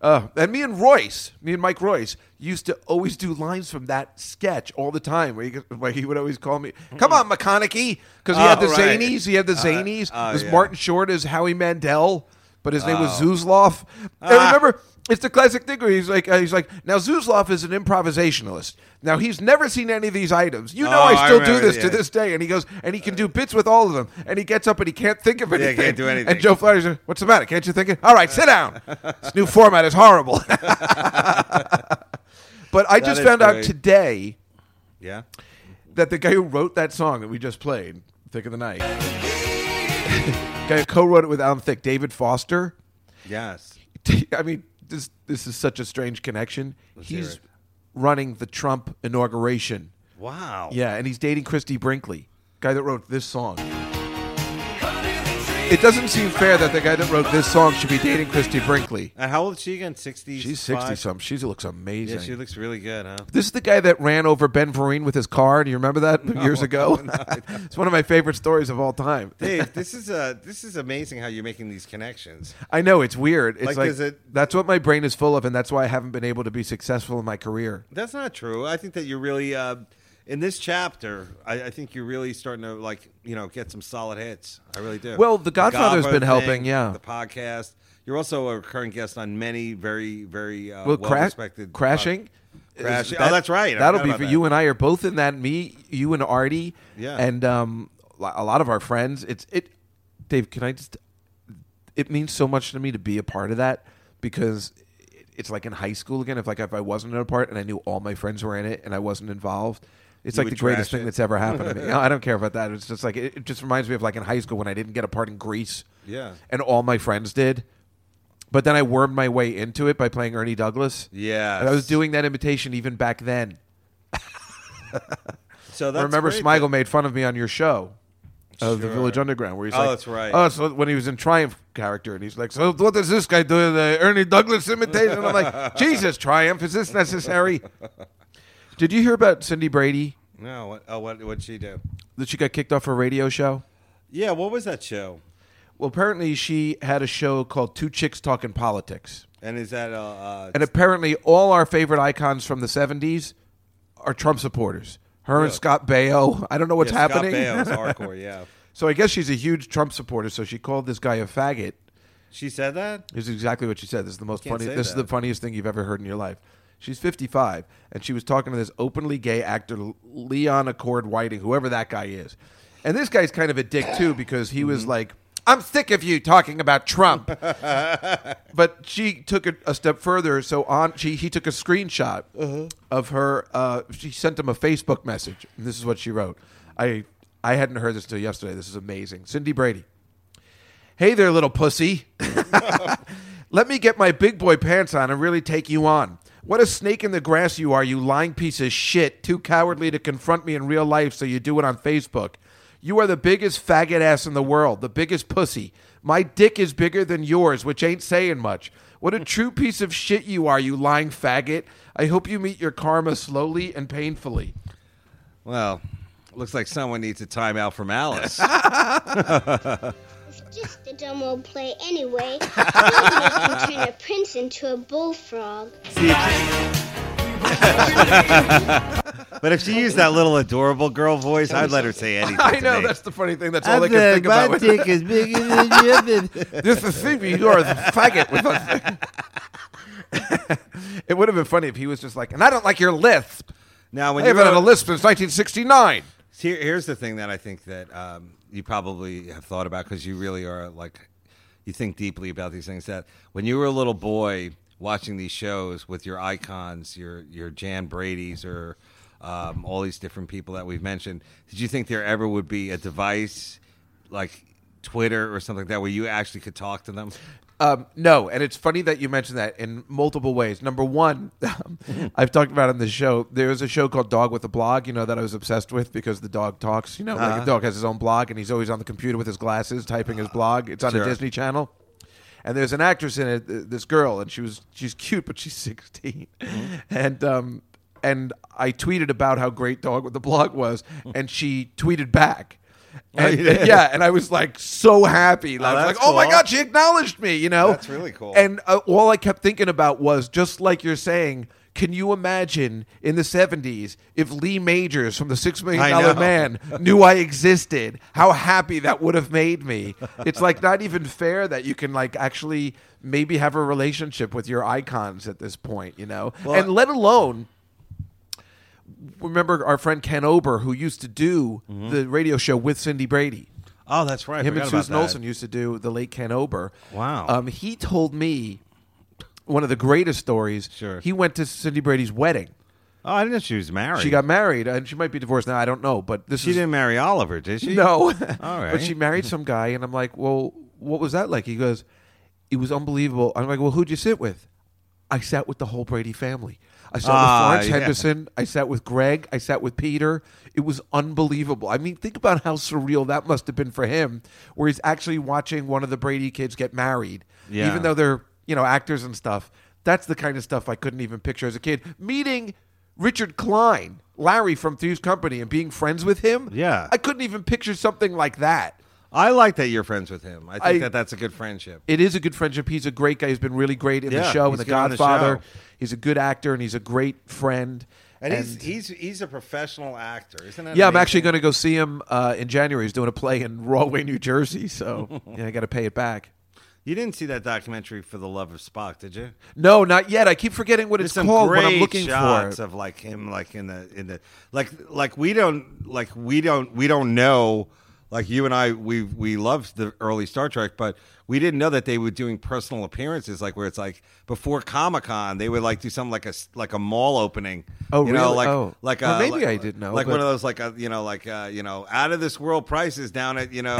Speaker 1: uh, and me and Royce, me and Mike Royce, used to always do lines from that sketch all the time. Where he, could- where he would always call me, "Come on, McConaughey," because he had
Speaker 4: Hmm. Oh,
Speaker 1: the
Speaker 4: right.
Speaker 1: Zanies. He had the Zanies.
Speaker 4: oh,
Speaker 1: it was
Speaker 4: yeah. Oh.
Speaker 1: Martin Short as Howie Mandel, but his name was Zuzloff. And
Speaker 4: Ah.
Speaker 1: remember, it's the classic thing where he's like, uh, he's like, now Zuzloff is an improvisationalist. Now he's never seen any of these items. You know,
Speaker 4: Oh,
Speaker 1: I
Speaker 4: I
Speaker 1: still do
Speaker 4: remember,
Speaker 1: this to
Speaker 4: yeah.
Speaker 1: this day. And he goes, and he can do bits with all of them. And he gets up and he can't think of anything.
Speaker 4: Yeah, can't do anything.
Speaker 1: And Joe Flaherty said, "What's the matter? Can't you think it? All right, sit down. This new format is horrible." but I just
Speaker 4: is
Speaker 1: found out
Speaker 4: great.
Speaker 1: today
Speaker 4: Yeah.
Speaker 1: that the guy who wrote that song that we just played, "Thick of the Night," guy who co-wrote it with Alan Thicke, David Foster.
Speaker 4: Yes.
Speaker 1: I mean, this this is such a strange connection.
Speaker 4: hear
Speaker 1: He's
Speaker 4: it.
Speaker 1: running the Trump inauguration.
Speaker 4: Wow.
Speaker 1: Yeah, and he's dating Christy Brinkley, guy that wrote this song. It doesn't seem fair that the guy that wrote this song should be dating Christy Brinkley.
Speaker 4: And Uh, how old is she again? 60.
Speaker 1: She's sixty something. She looks amazing.
Speaker 4: Yeah, she looks really good, huh?
Speaker 1: this is the guy that ran over Ben Vereen with his car. Do you remember that years ago? it's one of my favorite stories of all time.
Speaker 4: Dave, this is uh, this is amazing how you're making these connections.
Speaker 1: I know it's weird. It's like,
Speaker 4: Like, is it-
Speaker 1: that's what my brain is full of, and that's why I haven't been able to be successful in my career.
Speaker 4: That's not true. I think that you're really uh, in this chapter. I, I think you're really starting to like you know get some solid hits. I really do.
Speaker 1: Well, The Godfather's
Speaker 4: Godfather
Speaker 1: been helping, yeah.
Speaker 4: the podcast. You're also a recurring guest on many very very uh,
Speaker 1: Well,
Speaker 4: well,
Speaker 1: cra-
Speaker 4: respected
Speaker 1: crashing. is-
Speaker 4: Crashing. Oh, that's right. I
Speaker 1: that'll
Speaker 4: forgot
Speaker 1: be
Speaker 4: about
Speaker 1: for
Speaker 4: that.
Speaker 1: you and I are both in that. Me, you, and Artie.
Speaker 4: Yeah.
Speaker 1: And um, li- a lot of our friends. It's it. Dave, can I just? It means so much to me to be a part of that because it- it's like in high school again. If like if I wasn't in a part and I knew all my friends were in it and I wasn't involved. It's
Speaker 4: You
Speaker 1: like
Speaker 4: would
Speaker 1: the greatest
Speaker 4: trash
Speaker 1: thing
Speaker 4: it.
Speaker 1: that's ever happened to me. No, I don't care about that. It's just like it, it just reminds me of like in high school when I didn't get a part in Greece.
Speaker 4: Yeah.
Speaker 1: And all my friends did. But then I wormed my way into it by playing Ernie Douglas.
Speaker 4: Yes.
Speaker 1: And I was doing that imitation even back then.
Speaker 4: So
Speaker 1: I
Speaker 4: that's
Speaker 1: remember
Speaker 4: great
Speaker 1: Smigel
Speaker 4: that-
Speaker 1: made fun of me on your show of the
Speaker 4: Sure.
Speaker 1: Village Underground, where he's
Speaker 4: Oh,
Speaker 1: like,
Speaker 4: that's right.
Speaker 1: Oh, so when he was in Triumph character, and he's like, so what does this guy do? The Ernie Douglas imitation? I'm like, Jesus, Triumph, is this necessary? Did you hear about Cindy Brady
Speaker 4: No, what, oh, what what'd she do?
Speaker 1: that she got kicked off her radio show?
Speaker 4: Yeah, what was that show?
Speaker 1: Well, apparently she had a show called Two Chicks Talking Politics.
Speaker 4: And is that uh, uh
Speaker 1: And apparently, all our favorite icons from the 70s are Trump supporters. Her and Scott Baio. I don't know what's
Speaker 4: Yeah,
Speaker 1: happening.
Speaker 4: Scott Baio's hardcore. Yeah,
Speaker 1: so I guess she's a huge Trump supporter. So she called this guy a faggot.
Speaker 4: she said that.
Speaker 1: This is exactly what she said. This is the most
Speaker 4: Can't
Speaker 1: funny.
Speaker 4: say
Speaker 1: This is
Speaker 4: that.
Speaker 1: the funniest thing you've ever heard in your life. She's 55, and she was talking to this openly gay actor, Leon Accord Whiting, whoever that guy is. And this guy's kind of a dick too because he
Speaker 4: Mm-hmm.
Speaker 1: was like, "I'm sick of you talking about Trump." but she took it a step further. So on, she he took a screenshot
Speaker 4: Uh-huh.
Speaker 1: of her. Uh, she sent him a Facebook message. And this is what she wrote. I I hadn't heard this until yesterday. This is amazing. Cindy Brady. Hey there, little pussy. Let me get my big boy pants on and really take you on. What a snake in the grass you are, you lying piece of shit. Too cowardly to confront me in real life, so you do it on Facebook. You are the biggest faggot ass in the world, the biggest pussy. My dick is bigger than yours, which ain't saying much. What a true piece of shit you are, you lying faggot. I hope you meet your karma slowly and painfully.
Speaker 4: Well, looks like someone needs a timeout from Alice.
Speaker 9: It's just a dumb old play anyway. Nobody can turn a prince into a bullfrog.
Speaker 4: but if she used that little adorable girl voice, I'd let her say anything.
Speaker 1: I
Speaker 4: to
Speaker 1: know,
Speaker 4: me.
Speaker 1: that's the funny thing. That's all I can think about.
Speaker 4: is bigger than
Speaker 1: this is Stevie. You are the faggot with us. it would have been funny if he was just like, and I don't like your lisp. I
Speaker 4: Now, when you
Speaker 1: haven't had
Speaker 4: wrote,
Speaker 1: a lisp since 1969.
Speaker 4: here, here's the thing that I think that um, you probably have thought about because you really are like you think deeply about these things. That when you were a little boy watching these shows with your icons, your your Jan Brady's or um, all these different people that we've mentioned, did you think there ever would be a device like Twitter or something like that where you actually could talk to them?
Speaker 1: Um, no, and it's funny that you mentioned that in multiple ways. Number one, I've talked about on the show. There was a show called Dog with a Blog, you know, that I was obsessed with because the dog talks. You know, like
Speaker 4: Uh-huh.
Speaker 1: a dog has his own blog, and he's always on the computer with his glasses typing his blog. It's on
Speaker 4: Sure.
Speaker 1: the Disney Channel. And there's an actress in it, th- this girl, and she was she's cute, but she's 16,
Speaker 4: Mm-hmm.
Speaker 1: and um, and I tweeted about how great Dog with a Blog was, and she tweeted back. And,
Speaker 4: Oh, you did?
Speaker 1: yeah, and I was like so happy. I was like,
Speaker 4: that's
Speaker 1: "Oh my
Speaker 4: cool.
Speaker 1: god, she acknowledged me!" You know, know?
Speaker 4: That's really cool.
Speaker 1: And uh, all I kept thinking about was just like you're saying, can you imagine in the 70s if Lee Majors from the Six Million
Speaker 4: I
Speaker 1: Dollar
Speaker 4: know.
Speaker 1: Man knew I existed? How happy that would have made me. It's like not even fair that you can like actually maybe have a relationship with your icons at this point, you know?
Speaker 4: Well,
Speaker 1: and let alone remember our friend Ken Ober who used to do
Speaker 4: Mm-hmm.
Speaker 1: the radio show with Cindy Brady.
Speaker 4: Oh, that's right. I
Speaker 1: Him and
Speaker 4: forgot about
Speaker 1: Susan
Speaker 4: that.
Speaker 1: Olsen used to do the late Ken Ober.
Speaker 4: Wow.
Speaker 1: Um, he told me one of the greatest stories.
Speaker 4: Sure.
Speaker 1: He went to Cindy Brady's wedding.
Speaker 4: Oh, I didn't know she was married.
Speaker 1: She got married, and she might be divorced now. I don't know, but this
Speaker 4: She
Speaker 1: is
Speaker 4: didn't marry Oliver, did she?
Speaker 1: no.
Speaker 4: right.
Speaker 1: but she married some guy, and I'm like, well, what was that like? He goes, it was unbelievable. I'm like, well, who'd you sit with? I sat with the whole Brady family. I sat
Speaker 4: Ah,
Speaker 1: with Florence
Speaker 4: yeah.
Speaker 1: Henderson. I sat with Greg. I sat with Peter. It was unbelievable. I mean, think about how surreal that must have been for him, where he's actually watching one of the Brady kids get married,
Speaker 4: Yeah.
Speaker 1: even though they're you know actors and stuff. That's the kind of stuff I couldn't even picture as a kid. Meeting Richard Klein, Larry from Thieves Company, and being friends with him.
Speaker 4: Yeah.
Speaker 1: I couldn't even picture something like that.
Speaker 4: I like that you're friends with him. I think
Speaker 1: I-
Speaker 4: that that's a good friendship.
Speaker 1: It is a good friendship. He's a great guy. He's been really great in the
Speaker 4: Yeah,
Speaker 1: show and
Speaker 4: he's
Speaker 1: The
Speaker 4: good on the
Speaker 1: Godfather.
Speaker 4: show.
Speaker 1: he's a good actor and he's a great friend.
Speaker 4: And, he's he's he's a professional actor, isn't that?
Speaker 1: yeah, I'm actually going to go see him uh, in January. He's doing a play in Rawway, New Jersey, so yeah, I got to pay it back.
Speaker 4: You didn't see that documentary for the love of Spock, did you?
Speaker 1: No, not yet. I keep forgetting what
Speaker 4: There's
Speaker 1: it's
Speaker 4: some
Speaker 1: called
Speaker 4: great
Speaker 1: when I'm looking for
Speaker 4: shots
Speaker 1: it.
Speaker 4: of like him, like in the in the like like we don't like we don't we don't know like you and I we we loved the early Star Trek, but we didn't know that they were doing personal appearances like where it's like before Comic Con they would like do something like a s- like a mall opening.
Speaker 1: Oh,
Speaker 4: you know,
Speaker 1: really?
Speaker 4: like
Speaker 1: Oh.
Speaker 4: like
Speaker 1: Well,
Speaker 4: uh,
Speaker 1: maybe
Speaker 4: like-
Speaker 1: I didn't know,
Speaker 4: like
Speaker 1: but-
Speaker 4: one of those like uh, you know like uh, you know out of this world prices down at you know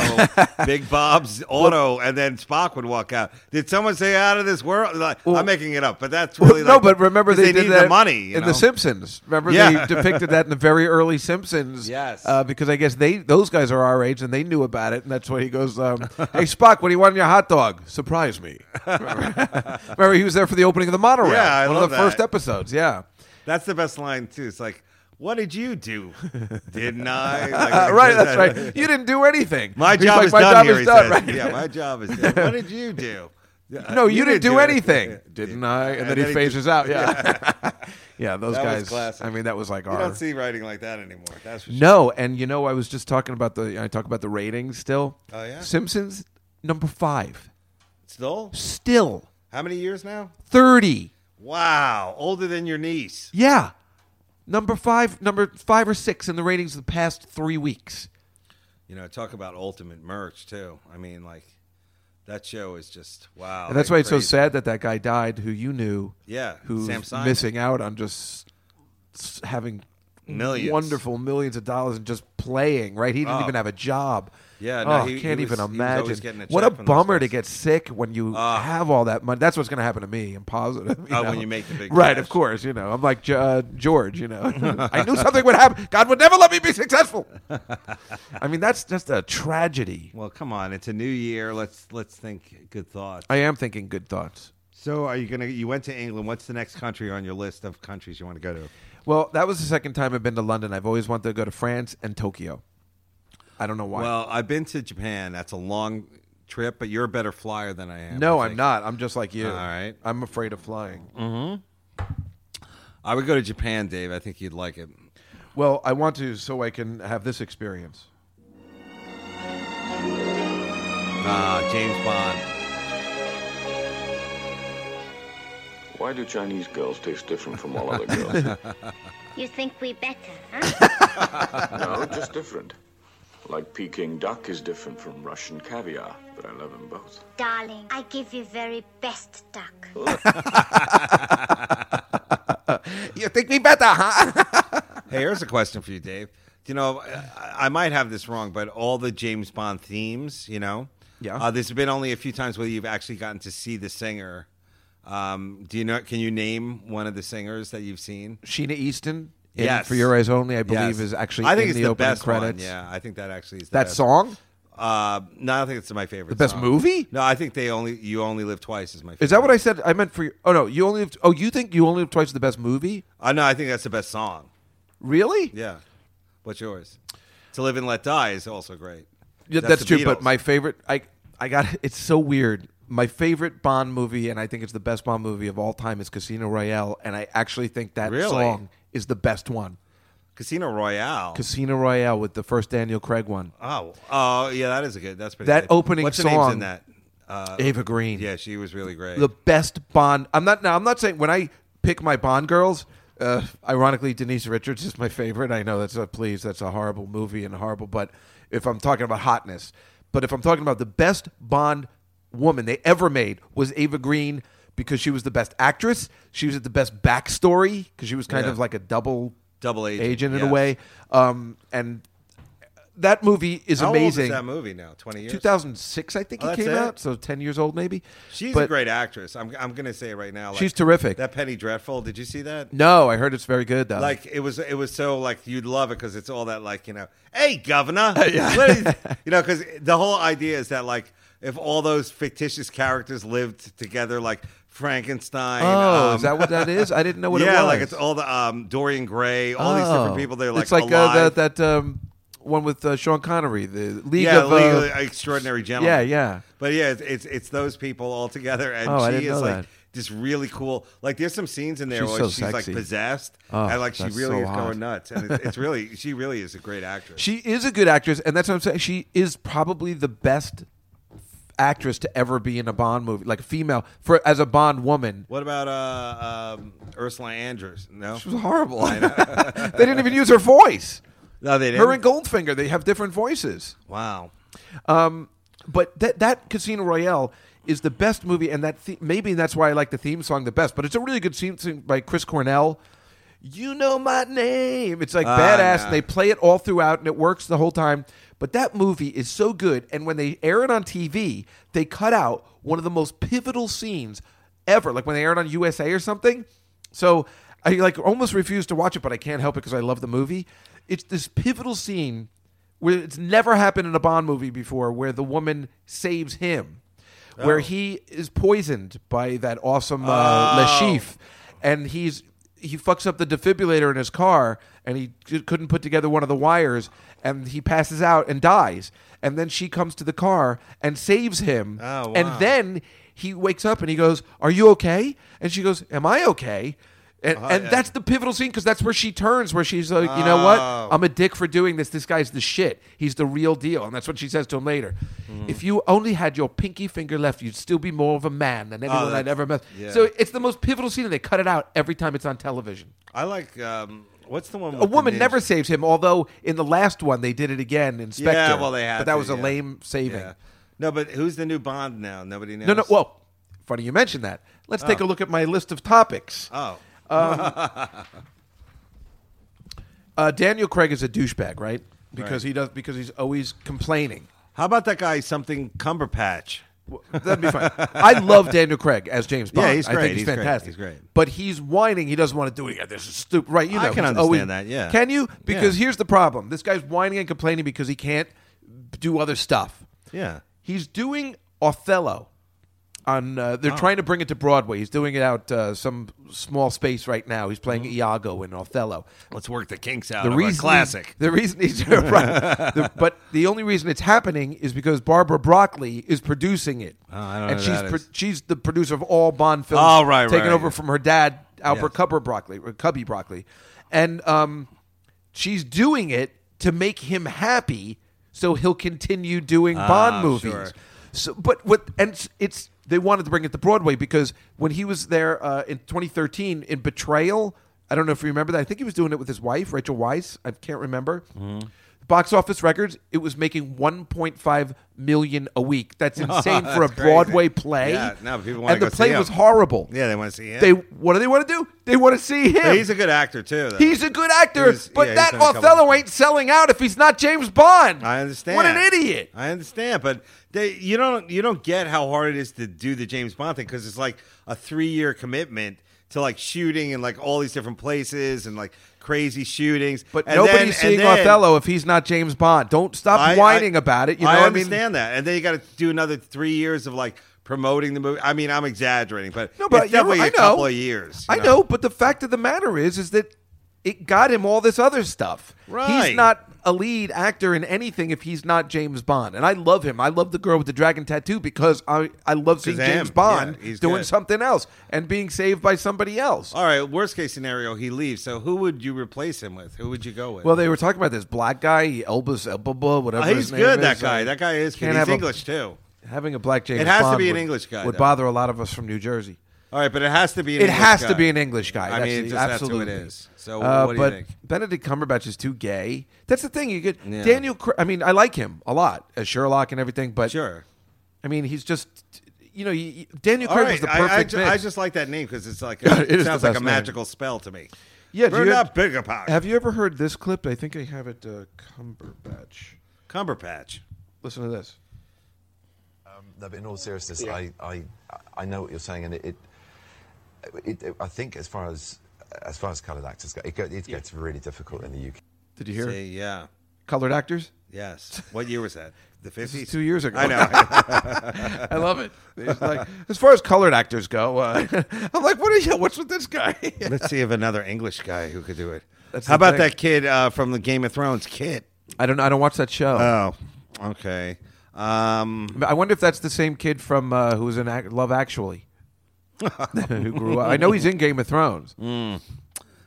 Speaker 4: Big Bob's Auto, and then Spock would walk out. Did someone say out of this world? Like,
Speaker 1: Well-
Speaker 4: I'm making it up, but that's
Speaker 1: Well,
Speaker 4: really
Speaker 1: no,
Speaker 4: like-
Speaker 1: but remember
Speaker 4: 'cause
Speaker 1: they, did
Speaker 4: need
Speaker 1: that
Speaker 4: the money you
Speaker 1: in
Speaker 4: know?
Speaker 1: the Simpsons. Remember
Speaker 4: Yeah.
Speaker 1: they depicted that in the very early Simpsons.
Speaker 4: Yes.
Speaker 1: uh, because I guess they those guys are our age and they knew about it, and that's why he goes, um, "Hey Spock, what do you want in your hot dog? Surprise me!" Remember, Remember he was there for the opening of the monorail.
Speaker 4: Yeah, I
Speaker 1: one of
Speaker 4: love
Speaker 1: the
Speaker 4: that.
Speaker 1: first episodes. Yeah,
Speaker 4: That's the best line too. It's like, what did you do? Didn't I? Like,
Speaker 1: Uh, right. That's right. You didn't do anything.
Speaker 4: My
Speaker 1: He's
Speaker 4: job
Speaker 1: like,
Speaker 4: is
Speaker 1: my
Speaker 4: done
Speaker 1: job
Speaker 4: here.
Speaker 1: is
Speaker 4: he
Speaker 1: done.
Speaker 4: says.
Speaker 1: Right.
Speaker 4: Yeah, my job is done. What did you do?
Speaker 1: No, you, didn't, do
Speaker 4: it.
Speaker 1: anything, didn't I? And, then, he
Speaker 4: then he
Speaker 1: phases out. Yeah. Yeah, those
Speaker 4: That was
Speaker 1: guys.
Speaker 4: classic.
Speaker 1: I mean, that was like
Speaker 4: you
Speaker 1: our.
Speaker 4: don't see writing like that anymore. That's for sure.
Speaker 1: No, and you know, I was just talking about the. I talk about the ratings still.
Speaker 4: Oh, yeah?
Speaker 1: Simpsons number five,
Speaker 4: Still,
Speaker 1: still
Speaker 4: how many years now?
Speaker 1: thirty.
Speaker 4: Wow, older than your niece.
Speaker 1: Yeah, number five, number five or six in the ratings of the past three weeks.
Speaker 4: You know, talk about ultimate merch too. I mean, like that show is just wow.
Speaker 1: and that's
Speaker 4: like
Speaker 1: why it's so
Speaker 4: crazy.
Speaker 1: sad that that guy died, who you knew.
Speaker 4: Yeah,
Speaker 1: who's
Speaker 4: Sam Simon.
Speaker 1: missing out on just s- having
Speaker 4: Millions.
Speaker 1: wonderful millions of dollars and just playing. Right, he didn't
Speaker 4: Oh.
Speaker 1: even have a job.
Speaker 4: Yeah,
Speaker 1: oh,
Speaker 4: no,
Speaker 1: I
Speaker 4: he- he
Speaker 1: can't
Speaker 4: was-
Speaker 1: even
Speaker 4: he was
Speaker 1: imagine.
Speaker 4: always getting a
Speaker 1: what
Speaker 4: check
Speaker 1: a
Speaker 4: from those
Speaker 1: bummer to
Speaker 4: guys. Ah.
Speaker 1: get sick when you have all that money. That's what's going to happen to me. I'm positive. know?
Speaker 4: Oh, when you make the big
Speaker 1: right?
Speaker 4: cash.
Speaker 1: Of course, you know. I'm like Ge- uh, George. You know, I knew something would happen. God would never let me be successful. I mean, that's just a tragedy.
Speaker 4: Well, come on, it's a new year. Let's let's think good thoughts.
Speaker 1: I am thinking good thoughts.
Speaker 4: So, are you gonna? You went to England. What's the next country on your list of countries you want to go to?
Speaker 1: Well, that was the second time I've been to London. I've always wanted to go to France and Tokyo. I don't know why.
Speaker 4: Well, I've been to Japan. That's a long trip, but you're a better flyer than I am.
Speaker 1: no,
Speaker 4: I
Speaker 1: I'm
Speaker 4: think.
Speaker 1: not. I'm just like you.
Speaker 4: All right.
Speaker 1: I'm afraid of flying.
Speaker 4: I would go to Japan, Dave. I think you'd like it.
Speaker 1: Well, I want to so I can have this experience.
Speaker 4: Ah, James Bond.
Speaker 3: Why do Chinese girls taste different from all other girls?
Speaker 9: You think we better, huh?
Speaker 3: no, just different. Like Peking duck is different from Russian caviar, but I love them both.
Speaker 9: Darling, I give you very best duck.
Speaker 1: You think me better, huh?
Speaker 4: Hey, here's a question for you, Dave. Do You know, I, I might have this wrong, but all the James Bond themes, you know,
Speaker 1: Yeah.
Speaker 4: Uh, there's been only a few times where you've actually gotten to see the singer. Um, do you know? Can you name one of the singers that you've seen?
Speaker 1: Sheena Easton in
Speaker 4: Yes.
Speaker 1: For Your Eyes Only, I believe,
Speaker 4: Yes.
Speaker 1: is actually
Speaker 4: I think
Speaker 1: in
Speaker 4: it's
Speaker 1: the,
Speaker 4: the,
Speaker 1: opening
Speaker 4: best one,
Speaker 1: credits.
Speaker 4: Yeah, I think that actually is the
Speaker 1: That
Speaker 4: best.
Speaker 1: song?
Speaker 4: Uh, no, I don't think it's my favorite.
Speaker 1: The best
Speaker 4: song.
Speaker 1: movie?
Speaker 4: No, I think they only you only live twice is my. favorite.
Speaker 1: Is that what I said? I meant for you. Oh, no. You only have, Oh, you think you only have twice the best movie?
Speaker 4: Uh, no, I think that's the best song.
Speaker 1: Really?
Speaker 4: Yeah. What's yours? To live and let die is also great.
Speaker 1: Yeah, that's,
Speaker 4: the
Speaker 1: true.
Speaker 4: Beatles.
Speaker 1: But my favorite, I I got it's so weird. My favorite Bond movie, and I think it's the best Bond movie of all time, is Casino Royale, and I actually think that
Speaker 4: Really?
Speaker 1: song is the best one.
Speaker 4: Casino Royale.
Speaker 1: Casino Royale with the first Daniel Craig one.
Speaker 4: Oh, oh, yeah, that is a good. That's pretty.
Speaker 1: That
Speaker 4: good.
Speaker 1: opening
Speaker 4: What's her
Speaker 1: song-
Speaker 4: name's in that? Uh,
Speaker 1: Ava Green.
Speaker 4: Yeah, she was really great.
Speaker 1: the best Bond. I'm not now. I'm not saying when I pick my Bond girls. Uh, ironically, Denise Richards is my favorite. I know that's a please. That's a horrible movie and horrible. But if I'm talking about hotness, but if I'm talking about the best Bond woman they ever made was Ava Green because she was the best actress. She was the best backstory because she was kind
Speaker 4: Yeah.
Speaker 1: of like a double
Speaker 4: Double agent,
Speaker 1: in a
Speaker 4: yes.
Speaker 1: way. Um, and that movie is
Speaker 4: How
Speaker 1: amazing.
Speaker 4: Old is that movie now? Twenty years.
Speaker 1: 2006, I think
Speaker 4: Oh,
Speaker 1: it
Speaker 4: that's
Speaker 1: came
Speaker 4: it?
Speaker 1: out. So 10 years old, maybe.
Speaker 4: She's a
Speaker 1: But-
Speaker 4: great actress. I'm, I'm gonna say it right now. like,
Speaker 1: She's terrific.
Speaker 4: That Penny Dreadful. Did you see that?
Speaker 1: No, I heard it's very good though.
Speaker 4: Like it was, it was so like you'd love it because it's all that like you know, hey governor, What is-" you know, because the whole idea is that like if all those fictitious characters lived together, like Frankenstein.
Speaker 1: oh,
Speaker 4: um,
Speaker 1: is that what that is? I didn't know what it
Speaker 4: yeah,
Speaker 1: was.
Speaker 4: like it's all the um, Dorian Gray, all these
Speaker 1: Oh.
Speaker 4: different people. They're like
Speaker 1: it's like
Speaker 4: alive.
Speaker 1: Uh, that that um, one with uh, Sean Connery, the League
Speaker 4: yeah,
Speaker 1: of uh,
Speaker 4: legally extraordinary gentleman.
Speaker 1: Yeah, yeah.
Speaker 4: But yeah, it's it's, it's those people all together, and
Speaker 1: Oh, I
Speaker 4: she
Speaker 1: didn't
Speaker 4: is
Speaker 1: know
Speaker 4: like
Speaker 1: that.
Speaker 4: just really cool. Like there's some scenes in there
Speaker 1: She's
Speaker 4: where
Speaker 1: so
Speaker 4: she's like
Speaker 1: sexy.
Speaker 4: possessed,
Speaker 1: Oh,
Speaker 4: and like she
Speaker 1: that's
Speaker 4: really
Speaker 1: so
Speaker 4: is
Speaker 1: hot.
Speaker 4: going nuts, and it's, it's really she really is a great actress.
Speaker 1: She is a good actress, and that's what I'm saying. She is probably the best actress to ever be in a Bond movie, like a female for as a Bond woman.
Speaker 4: what about uh, um, Ursula Andress? No,
Speaker 1: It was horrible. they didn't even use her voice.
Speaker 4: no, they didn't.
Speaker 1: Her and Goldfinger, they have different voices.
Speaker 4: wow.
Speaker 1: Um, but that that Casino Royale is the best movie, and that the- maybe that's why I like the theme song the best. But it's a really good theme song by Chris Cornell. You know my name. It's like
Speaker 4: Ah,
Speaker 1: badass.
Speaker 4: yeah.
Speaker 1: And they play it all throughout, and it works the whole time. But that movie is so good, and when they air it on TV, they cut out one of the most pivotal scenes ever. Like when they air it on USA or something. So I like almost refuse to watch it, but I can't help it because I love the movie. It's this pivotal scene where it's never happened in a Bond movie before, where the woman saves him, where he is poisoned by that awesome uh, Le Chiffre, and he's he fucks up the defibrillator in his car, and he c- couldn't put together one of the wires, and he passes out and dies, and then she comes to the car and saves him,
Speaker 4: Oh,
Speaker 1: and
Speaker 4: wow.
Speaker 1: then he wakes up and he goes, "Are you okay?" And she goes, "Am I okay?" And,
Speaker 10: Uh-huh,
Speaker 1: and
Speaker 10: yeah.
Speaker 1: that's the pivotal scene because that's where she turns, where she's like, you know what?
Speaker 10: Oh.
Speaker 1: I'm a dick for doing this. This guy's the shit. He's the real deal. And that's what she says to him later.
Speaker 10: Mhm.
Speaker 1: If you only had your pinky finger left, you'd still be more of a man than anyone I'd
Speaker 4: Oh, that's-
Speaker 1: ever met.
Speaker 4: yeah.
Speaker 1: So it's the most pivotal scene, and they cut it out every time it's on television.
Speaker 4: I like um, what's the one? With
Speaker 1: A woman
Speaker 4: the ninja-
Speaker 1: never saves him, although in the last one they did it again, Inspector.
Speaker 4: Yeah, well, they had.
Speaker 1: But that
Speaker 4: to,
Speaker 1: was a
Speaker 4: yeah.
Speaker 1: lame saving.
Speaker 4: Yeah. No, but who's the new Bond now? Nobody knows.
Speaker 1: No, no. Well, funny you mentioned that. Let's take a
Speaker 4: Oh.
Speaker 1: look at my list of topics.
Speaker 4: Oh.
Speaker 1: Um, uh, Daniel Craig is a douchebag, right? Because
Speaker 4: Right.
Speaker 1: he does because he's always complaining.
Speaker 4: How about that guy? Something Cumberpatch.
Speaker 1: That'd be fine. I love Daniel Craig as James Bond.
Speaker 4: Yeah, he's great.
Speaker 1: I think he's,
Speaker 4: great.
Speaker 1: fantastic.
Speaker 4: He's great.
Speaker 1: But he's whining. He doesn't want to do it. This is stupid. Right? You know.
Speaker 4: I can
Speaker 1: he's
Speaker 4: understand that, yeah.
Speaker 1: Can you? Because
Speaker 4: Yeah.
Speaker 1: here's the problem. This guy's whining and complaining because he can't do other stuff.
Speaker 4: Yeah.
Speaker 1: He's doing Othello. On uh, they're
Speaker 4: Oh.
Speaker 1: trying to bring it to Broadway. He's doing it out uh, some small space right now. He's playing
Speaker 4: Mm-hmm.
Speaker 1: Iago in Othello.
Speaker 4: Let's work the kinks out.
Speaker 1: The
Speaker 4: of a
Speaker 1: reason
Speaker 4: classic.
Speaker 1: The reason he's right. The- but the only reason it's happening is because Barbara Broccoli is producing it,
Speaker 4: Oh, I don't know
Speaker 1: and
Speaker 4: who
Speaker 1: she's
Speaker 4: that
Speaker 1: pro-
Speaker 4: is.
Speaker 1: she's the producer of all Bond films.
Speaker 4: Oh, right,
Speaker 1: taking
Speaker 4: right,
Speaker 1: over
Speaker 4: yeah.
Speaker 1: from her dad Albert Cubber Broccoli, or Cubby Broccoli, and um, she's doing it to make him happy, so he'll continue doing
Speaker 4: Ah,
Speaker 1: Bond movies.
Speaker 4: sure.
Speaker 1: So, but what and it's, it's they wanted to bring it to Broadway because when he was there uh, in 2013 in Betrayal, I don't know if you remember that. I think he was doing it with his wife Rachel Weisz. I can't remember.
Speaker 4: Mhm.
Speaker 1: Box office records, it was making 1.5 million a week. That's insane for a
Speaker 4: Oh, That's crazy.
Speaker 1: Broadway play.
Speaker 4: Yeah, no, people wanna
Speaker 1: and the
Speaker 4: go see
Speaker 1: play
Speaker 4: him.
Speaker 1: was horrible.
Speaker 4: Yeah, they wanna see him.
Speaker 1: They what do they want to do? They want to see him.
Speaker 4: But he's a good actor too. Though.
Speaker 1: He's a good actor,
Speaker 4: He's-
Speaker 1: but
Speaker 4: yeah, he's
Speaker 1: that
Speaker 4: done a couple-
Speaker 1: Othello ain't selling out if he's not James Bond.
Speaker 4: I understand.
Speaker 1: What an idiot.
Speaker 4: I understand, but they you don't you don't get how hard it is to do the James Bond thing because it's like a three year commitment to like shooting and like all these different places and like crazy shootings. But
Speaker 1: Nobody's seeing Othello if he's not James Bond. Don't stop whining about it. You know
Speaker 4: I
Speaker 1: what I mean?
Speaker 4: understand that, and then you got to do another three years of like promoting the movie. I mean, I'm exaggerating, but
Speaker 1: No, but
Speaker 4: it's
Speaker 1: you're-
Speaker 4: definitely
Speaker 1: I
Speaker 4: a
Speaker 1: know.
Speaker 4: couple of years. you
Speaker 1: I know, but the fact of the matter is, is that it got him all this other stuff.
Speaker 4: Right.
Speaker 1: He's not a lead actor in anything if he's not James Bond. And I love him. I love the girl with the dragon tattoo because I I love seeing
Speaker 4: 'Cause of
Speaker 1: James
Speaker 4: him.
Speaker 1: Bond
Speaker 4: Yeah, he's
Speaker 1: doing
Speaker 4: good.
Speaker 1: something else and being saved by somebody else.
Speaker 4: All right, worst case scenario, he leaves. So who would you replace him with? Who would you go with?
Speaker 1: Well, they were talking about this black guy, Elvis Elbaba, whatever.
Speaker 4: Oh,
Speaker 1: his
Speaker 4: he's
Speaker 1: name
Speaker 4: good.
Speaker 1: is.
Speaker 4: That guy.
Speaker 1: Uh,
Speaker 4: That guy is good.
Speaker 1: can't
Speaker 4: He's
Speaker 1: have a-
Speaker 4: English too.
Speaker 1: having a black James
Speaker 4: It has
Speaker 1: Bond
Speaker 4: to be an
Speaker 1: would-
Speaker 4: English guy.
Speaker 1: would
Speaker 4: though.
Speaker 1: bother a lot of us from New Jersey.
Speaker 4: All right, but it has to be. An
Speaker 1: it
Speaker 4: English
Speaker 1: has
Speaker 4: guy.
Speaker 1: to be an English guy.
Speaker 4: I
Speaker 1: That's
Speaker 4: mean,
Speaker 1: the-
Speaker 4: just
Speaker 1: absolutely.
Speaker 4: that's who it is. So
Speaker 1: Uh,
Speaker 4: what do
Speaker 1: but
Speaker 4: you think?
Speaker 1: Benedict Cumberbatch is too gay. That's the thing. You get
Speaker 4: Yeah.
Speaker 1: Daniel. Cra- I mean, I like him a lot as Sherlock and everything, but sure. I mean, he's just you know you, you- Daniel
Speaker 4: All
Speaker 1: Craig
Speaker 4: right,
Speaker 1: was the
Speaker 4: I- I
Speaker 1: perfect
Speaker 4: ju-
Speaker 1: mix.
Speaker 4: I just like that name because it's like
Speaker 1: Yeah, it
Speaker 4: a, it,
Speaker 1: is the
Speaker 4: sounds like a
Speaker 1: best name.
Speaker 4: magical spell to me.
Speaker 1: yeah, do
Speaker 4: we're
Speaker 1: you-
Speaker 4: not big about
Speaker 1: Have you ever heard this clip? I think I have it. Uh, Cumberbatch.
Speaker 4: Cumberpatch.
Speaker 1: Listen to this.
Speaker 6: No, but in all seriousness, I, I, I know what you're saying, and it, it, it, I think as far as as far as coloured actors go, it, go, it gets really difficult in the UK.
Speaker 1: Did you hear?
Speaker 4: See, yeah.
Speaker 1: Colored actors.
Speaker 4: Yes. What year was that? The
Speaker 1: This
Speaker 4: fifties.
Speaker 1: is two years ago.
Speaker 4: I know.
Speaker 1: I love it. It's like, as far as colored actors go, uh, I'm like, what are you? What's with this guy?
Speaker 4: Let's see if another English guy who could do it.
Speaker 1: That's
Speaker 4: How
Speaker 1: the
Speaker 4: about
Speaker 1: thing.
Speaker 4: that kid uh, from the Game of Thrones? Kit.
Speaker 1: I don't. I don't watch that show.
Speaker 4: Oh, okay. Um,
Speaker 1: I wonder if that's the same kid from uh, who was in Ac- Love Actually, who grew up. I know he's in Game of Thrones.
Speaker 4: Mm.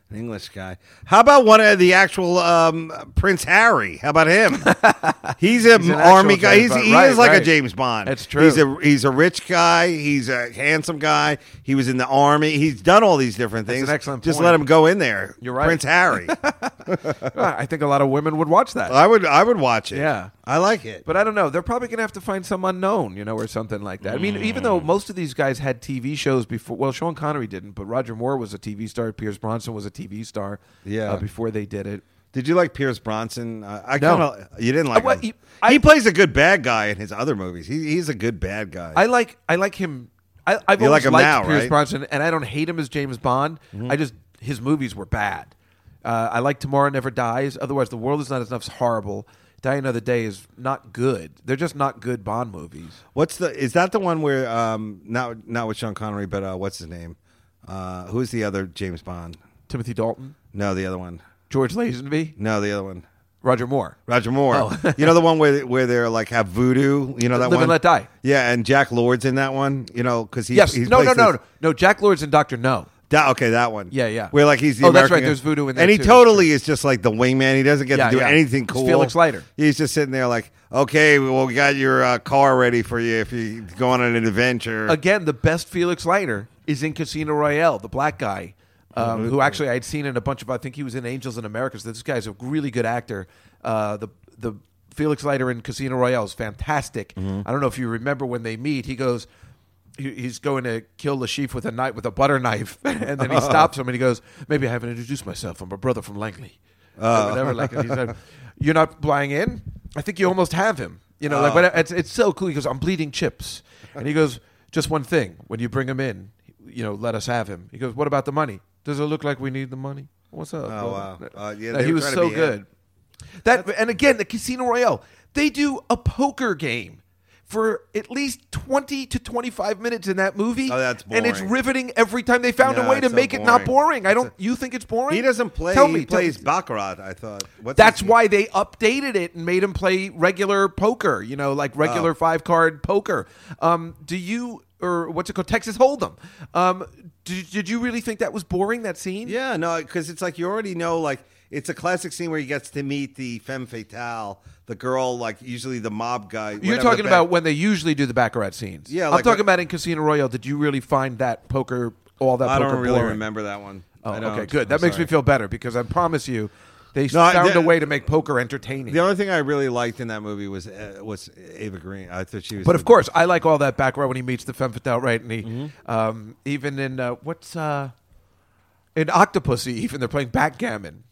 Speaker 4: An English guy. How about one of the actual um, Prince Harry? How about him? He's a
Speaker 1: He's an
Speaker 4: army
Speaker 1: actual
Speaker 4: guy.
Speaker 1: James
Speaker 4: He's,
Speaker 1: Bond.
Speaker 4: he
Speaker 1: Right,
Speaker 4: is like
Speaker 1: right.
Speaker 4: a James Bond.
Speaker 1: That's true.
Speaker 4: He's a he's a rich guy. He's a handsome guy. He was in the army. He's done all these different
Speaker 1: That's
Speaker 4: things.
Speaker 1: an excellent
Speaker 4: Just
Speaker 1: point.
Speaker 4: let him go in there.
Speaker 1: You're right.
Speaker 4: Prince Harry.
Speaker 1: Ah, I think a lot of women would watch that.
Speaker 4: I would. I would watch it.
Speaker 1: Yeah,
Speaker 4: I like it.
Speaker 1: But I don't know. They're probably going to have to find some unknown, you know, or something like that. I mean, even though most of these guys had TV shows before. Well, Sean Connery didn't, but Roger Moore was a TV star. Pierce Bronson was a TV star.
Speaker 4: Yeah.
Speaker 1: uh, before they did it.
Speaker 4: Did you like Pierce Bronson? I, I
Speaker 1: No.
Speaker 4: kind of. You didn't like
Speaker 1: Uh, well,
Speaker 4: him.
Speaker 1: he-
Speaker 4: He, plays a good bad guy in his other movies. He, he's a good bad guy.
Speaker 1: I like. I like him. I, I've
Speaker 4: You
Speaker 1: always
Speaker 4: like him
Speaker 1: liked
Speaker 4: now,
Speaker 1: Pierce
Speaker 4: right?
Speaker 1: Bronson, and I don't hate him as James Bond.
Speaker 4: Mhm.
Speaker 1: I just his movies were bad. Uh, I like Tomorrow Never Dies. Otherwise, The World Is Not Enough's horrible. Die Another Day is not good. They're just not good Bond movies.
Speaker 4: What's the? Is that the one where um not not with Sean Connery, but uh, what's his name? Uh, who's the other James Bond?
Speaker 1: Timothy Dalton.
Speaker 4: No, the other one.
Speaker 1: George Lazenby.
Speaker 4: No, the other one.
Speaker 1: Roger Moore.
Speaker 4: Roger Moore.
Speaker 1: Oh.
Speaker 4: you know the one where where they're like have voodoo. You know that
Speaker 1: Live and
Speaker 4: one.
Speaker 1: Let Die.
Speaker 4: Yeah, and Jack Lord's in that one. You know because he
Speaker 1: yes.
Speaker 4: he
Speaker 1: No. No.
Speaker 4: plays
Speaker 1: No.
Speaker 4: this-
Speaker 1: No. No. Jack Lord's and Doctor No.
Speaker 4: That, okay, that one.
Speaker 1: Yeah, yeah.
Speaker 4: Where like he's the
Speaker 1: Oh, that's
Speaker 4: American
Speaker 1: right,
Speaker 4: guy.
Speaker 1: there's voodoo in there,
Speaker 4: and he
Speaker 1: too.
Speaker 4: totally is just like the wingman. He doesn't get
Speaker 1: Yeah,
Speaker 4: to do
Speaker 1: yeah.
Speaker 4: anything
Speaker 1: It's
Speaker 4: cool.
Speaker 1: Felix Leiter.
Speaker 4: He's just sitting there like, okay, well, we got your uh, car ready for you if you go on an adventure.
Speaker 1: Again, the best Felix Leiter is in Casino Royale, the black guy, um, who actually I'd seen in a bunch of. I think he was in Angels in America. So this guy's a really good actor. Uh, the the Felix Leiter in Casino Royale is fantastic.
Speaker 11: Mhm.
Speaker 1: I don't know if you remember when they meet. He goes. he- He's going to kill the chief with a knife, with a butter knife, and then he stops him and he goes, "Maybe I haven't introduced myself. I'm a brother from Langley."
Speaker 4: Oh.
Speaker 1: Or whatever, like, and he said, "You're not flying in. I think you almost have him. You know, like
Speaker 4: Oh.
Speaker 1: what, it's it's so cool. He goes, "I'm bleeding chips," and he goes, "Just one thing. When you bring him in, you know, let us have him." He goes, "What about the money? Does it look like we need the money? What's up?"
Speaker 4: Oh,
Speaker 1: Well,
Speaker 4: wow. Uh, yeah,
Speaker 1: no,
Speaker 4: they
Speaker 1: he
Speaker 4: were
Speaker 1: was
Speaker 4: trying to
Speaker 1: so
Speaker 4: be
Speaker 1: good.
Speaker 4: him.
Speaker 1: That and again, the Casino Royale. They do a poker game for at least twenty to twenty-five minutes in that movie.
Speaker 4: Oh, that's
Speaker 1: And it's
Speaker 4: boring.
Speaker 1: riveting every time. They found
Speaker 4: No,
Speaker 1: a way to
Speaker 4: it's so
Speaker 1: make it not
Speaker 4: boring.
Speaker 1: boring. I don't. you think it's boring?
Speaker 4: He doesn't play.
Speaker 1: Tell
Speaker 4: he
Speaker 1: me, tell-
Speaker 4: plays baccarat. I thought. What's
Speaker 1: that's why they updated it and made him play regular poker, you know, like regular
Speaker 4: Oh.
Speaker 1: five card poker. Um, do you or what's it called, Texas Hold'em? Um, did, did you really think that was boring that scene?
Speaker 4: Yeah, no, because it's like you already know, like it's a classic scene where he gets to meet the femme fatale, the girl, like usually the mob guy.
Speaker 1: You're
Speaker 4: whatever
Speaker 1: talking
Speaker 4: the
Speaker 1: about when they usually do the baccarat scenes.
Speaker 4: Yeah,
Speaker 1: I'm
Speaker 4: like
Speaker 1: talking
Speaker 4: when-
Speaker 1: about in Casino Royale. Did you really find that poker all that?
Speaker 4: I don't
Speaker 1: poker
Speaker 4: really
Speaker 1: boring?
Speaker 4: remember that one.
Speaker 1: Oh,
Speaker 4: I don't.
Speaker 1: okay, good.
Speaker 4: I'm
Speaker 1: That makes me
Speaker 4: sorry.
Speaker 1: feel better because I promise you, they
Speaker 4: No, I-
Speaker 1: found
Speaker 4: the-
Speaker 1: a way to make poker entertaining.
Speaker 4: The only thing I really liked in that movie was uh, was Ava Green. I thought she was.
Speaker 1: But of
Speaker 4: the-
Speaker 1: course, I like all that background when he meets the femme fatale, right? And he, um, even in uh, what's uh, in Octopussy, even they're playing backgammon,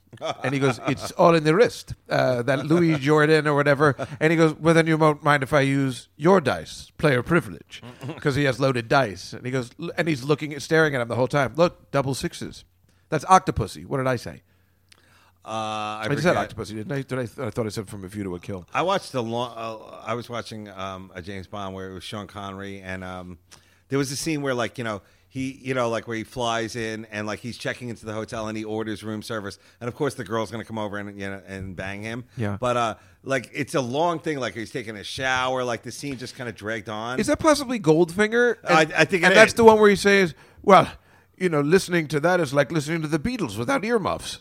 Speaker 1: and he goes, "It's all in the wrist." Uh, that Louis Jordan or whatever, and he goes, "Well, then you won't mind if I use your dice, player privilege, because he has loaded dice." And he goes, l- and he's looking, staring at him the whole time. Look, double sixes. That's Octopussy. What did I say?
Speaker 4: uh, I,
Speaker 1: I, just said
Speaker 4: forget.
Speaker 1: Octopussy, didn't I? Did I? I thought I said From a View to a Kill.
Speaker 4: I watched the long. Uh, I was watching um, a James Bond where it was Sean Connery, and um, there was a scene where, like, you know, he, you know, like where he flies in and like he's checking into the hotel and he orders room service, and of course the girl's gonna come over and you know and bang him.
Speaker 1: Yeah.
Speaker 4: But uh, like it's a long thing. Like he's taking a shower. Like the scene just kind of dragged on.
Speaker 1: Is that possibly Goldfinger?
Speaker 4: I- I think it
Speaker 1: and that's
Speaker 4: is.
Speaker 1: the one where he says, "Well, you know, listening to that is like listening to the Beatles without earmuffs."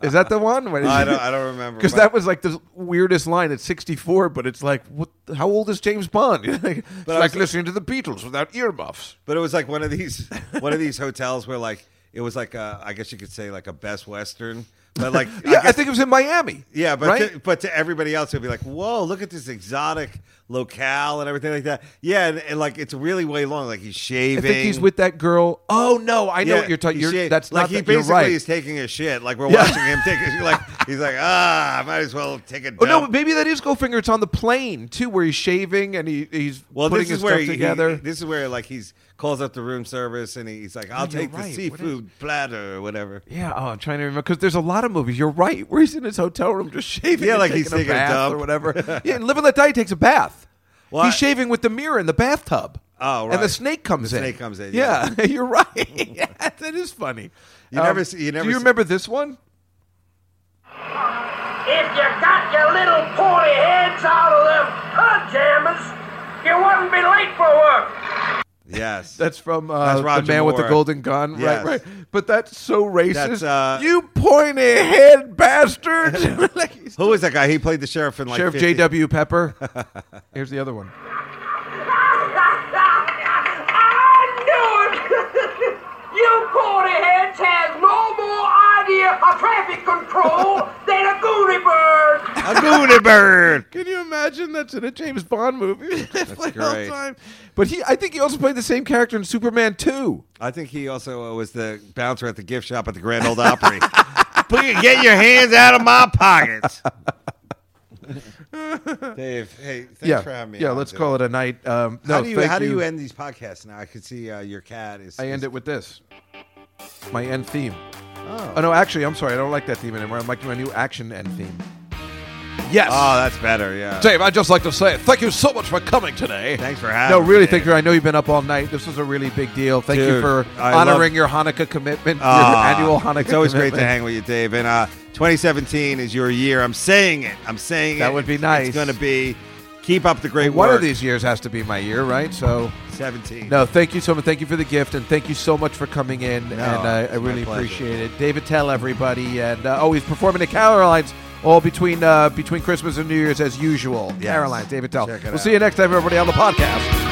Speaker 1: is that the one?
Speaker 4: I don't- I don't remember,
Speaker 1: Because
Speaker 4: but-
Speaker 1: that was like the weirdest line at '64, but it's like, what? How old is James Bond? it's
Speaker 4: I
Speaker 1: like
Speaker 4: was-
Speaker 1: listening to the Beatles without earmuffs.
Speaker 4: But it was like one of these one of these hotels where like it was like a, I guess you could say like a Best Western, but like
Speaker 1: yeah, I,
Speaker 4: guess-
Speaker 1: think it was in Miami.
Speaker 4: yeah, but
Speaker 1: right?
Speaker 4: to, but to everybody else, it'd be like, whoa, look at this exotic locale and everything like that. Yeah, and, and like it's really way long. Like he's shaving.
Speaker 1: I think he's with that girl. Oh no, I know
Speaker 4: Yeah,
Speaker 1: what you're talking.
Speaker 4: he's
Speaker 1: You're,
Speaker 4: shaving.
Speaker 1: that's
Speaker 4: like
Speaker 1: not
Speaker 4: he
Speaker 1: that- you're
Speaker 4: basically
Speaker 1: right.
Speaker 4: is taking a shit. Like we're
Speaker 1: Yeah.
Speaker 4: watching him take a like he's like ah, I might as well take a. Dump.
Speaker 1: Oh no, maybe that is Goldfinger. It's on the plane too, where he's shaving and he, he's
Speaker 4: Well,
Speaker 1: putting
Speaker 4: this is
Speaker 1: his
Speaker 4: where
Speaker 1: stuff
Speaker 4: he,
Speaker 1: together.
Speaker 4: he- this is where like he's calls up the room service and he's like, I'll
Speaker 1: you're right.
Speaker 4: take
Speaker 1: What
Speaker 4: the
Speaker 1: is-
Speaker 4: seafood platter or whatever.
Speaker 1: Yeah, oh, I'm trying to remember because there's a lot of movies. You're right, where he's in his hotel room just shaving.
Speaker 4: Yeah,
Speaker 1: and
Speaker 4: like he's
Speaker 1: a,
Speaker 4: taking a
Speaker 1: bath
Speaker 4: dump.
Speaker 1: or whatever. yeah, and Live and Let Die takes a bath.
Speaker 4: Well,
Speaker 1: he's
Speaker 4: I-
Speaker 1: shaving with the mirror in the bathtub.
Speaker 4: Oh,
Speaker 1: And the
Speaker 4: right.
Speaker 1: snake comes
Speaker 4: The
Speaker 1: in.
Speaker 4: snake comes in,
Speaker 1: Yeah,
Speaker 4: yeah.
Speaker 1: you're right. Yeah, that is funny. Um,
Speaker 4: You never see- you never
Speaker 1: Do you
Speaker 4: see-
Speaker 1: remember this one?
Speaker 9: If you got your little pointy heads out of them pajamas, you wouldn't be late for work.
Speaker 4: Yes,
Speaker 1: that's from uh,
Speaker 4: That's
Speaker 1: the
Speaker 4: Roger
Speaker 1: man with the
Speaker 4: Moore.
Speaker 1: golden gun.
Speaker 4: Yes.
Speaker 1: Right, right. But that's so racist.
Speaker 4: That's, uh,
Speaker 1: you pointy head bastard. Like,
Speaker 4: Who is that guy? He played the sheriff in like
Speaker 1: Sheriff
Speaker 4: 50
Speaker 1: J.W. Pepper. Here's the other one.
Speaker 9: Ah, I ah, knew it! you pointy heads has no more idea of traffic control than a goody bird.
Speaker 4: A goody bird.
Speaker 1: Can you imagine that's in a James Bond movie? That's
Speaker 4: great.
Speaker 1: But he, I think he also played the same character in Superman 2.
Speaker 4: I think he also uh, was the bouncer at the gift shop at the Grand Old Opry. Please get your hands out of my pockets. Dave, hey, thanks
Speaker 1: yeah,
Speaker 4: for having me.
Speaker 1: yeah.
Speaker 4: on,
Speaker 1: Let's
Speaker 4: dude.
Speaker 1: call it a night. Um, no,
Speaker 4: how do you
Speaker 1: thank
Speaker 4: how do you end these podcasts now? I could see uh, your cat is.
Speaker 1: I end it with this. My end theme.
Speaker 4: Oh.
Speaker 1: no, actually, I'm sorry. I don't like that theme anymore. I'm liking my new action end theme. Yes.
Speaker 4: Oh, that's better. Yeah.
Speaker 1: Dave, I'd just like to say thank you so much for coming today.
Speaker 4: Thanks for
Speaker 1: No,
Speaker 4: having.
Speaker 1: really,
Speaker 4: me,
Speaker 1: thank
Speaker 4: Dave.
Speaker 1: you. I know you've been up all night. This was a really big deal. Thank you
Speaker 4: Dude,
Speaker 1: for
Speaker 4: I
Speaker 1: honoring
Speaker 4: love-
Speaker 1: your Hanukkah commitment,
Speaker 4: Ah,
Speaker 1: your annual Hanukkah.
Speaker 4: It's always
Speaker 1: commitment.
Speaker 4: great to hang with you, Dave. And uh, 2017 is your year. I'm saying it. I'm saying it.
Speaker 1: That would be nice.
Speaker 4: It's going to be. Keep up the great
Speaker 1: One
Speaker 4: work.
Speaker 1: of these years has to be my year, right? So
Speaker 4: 17.
Speaker 1: No, thank you so much. Thank you for the gift, and thank you so much for coming in. and uh, I,
Speaker 4: it's
Speaker 1: I
Speaker 4: my
Speaker 1: really
Speaker 4: pleasure.
Speaker 1: appreciate it. David, tell everybody, and uh, oh, he's performing at Caroline's all between uh, between Christmas and New Year's as usual.
Speaker 4: Yes.
Speaker 1: Caroline's, David, tell.
Speaker 4: Check it
Speaker 1: We'll
Speaker 4: out.
Speaker 1: see you next time, everybody, on the podcast.
Speaker 4: Ah,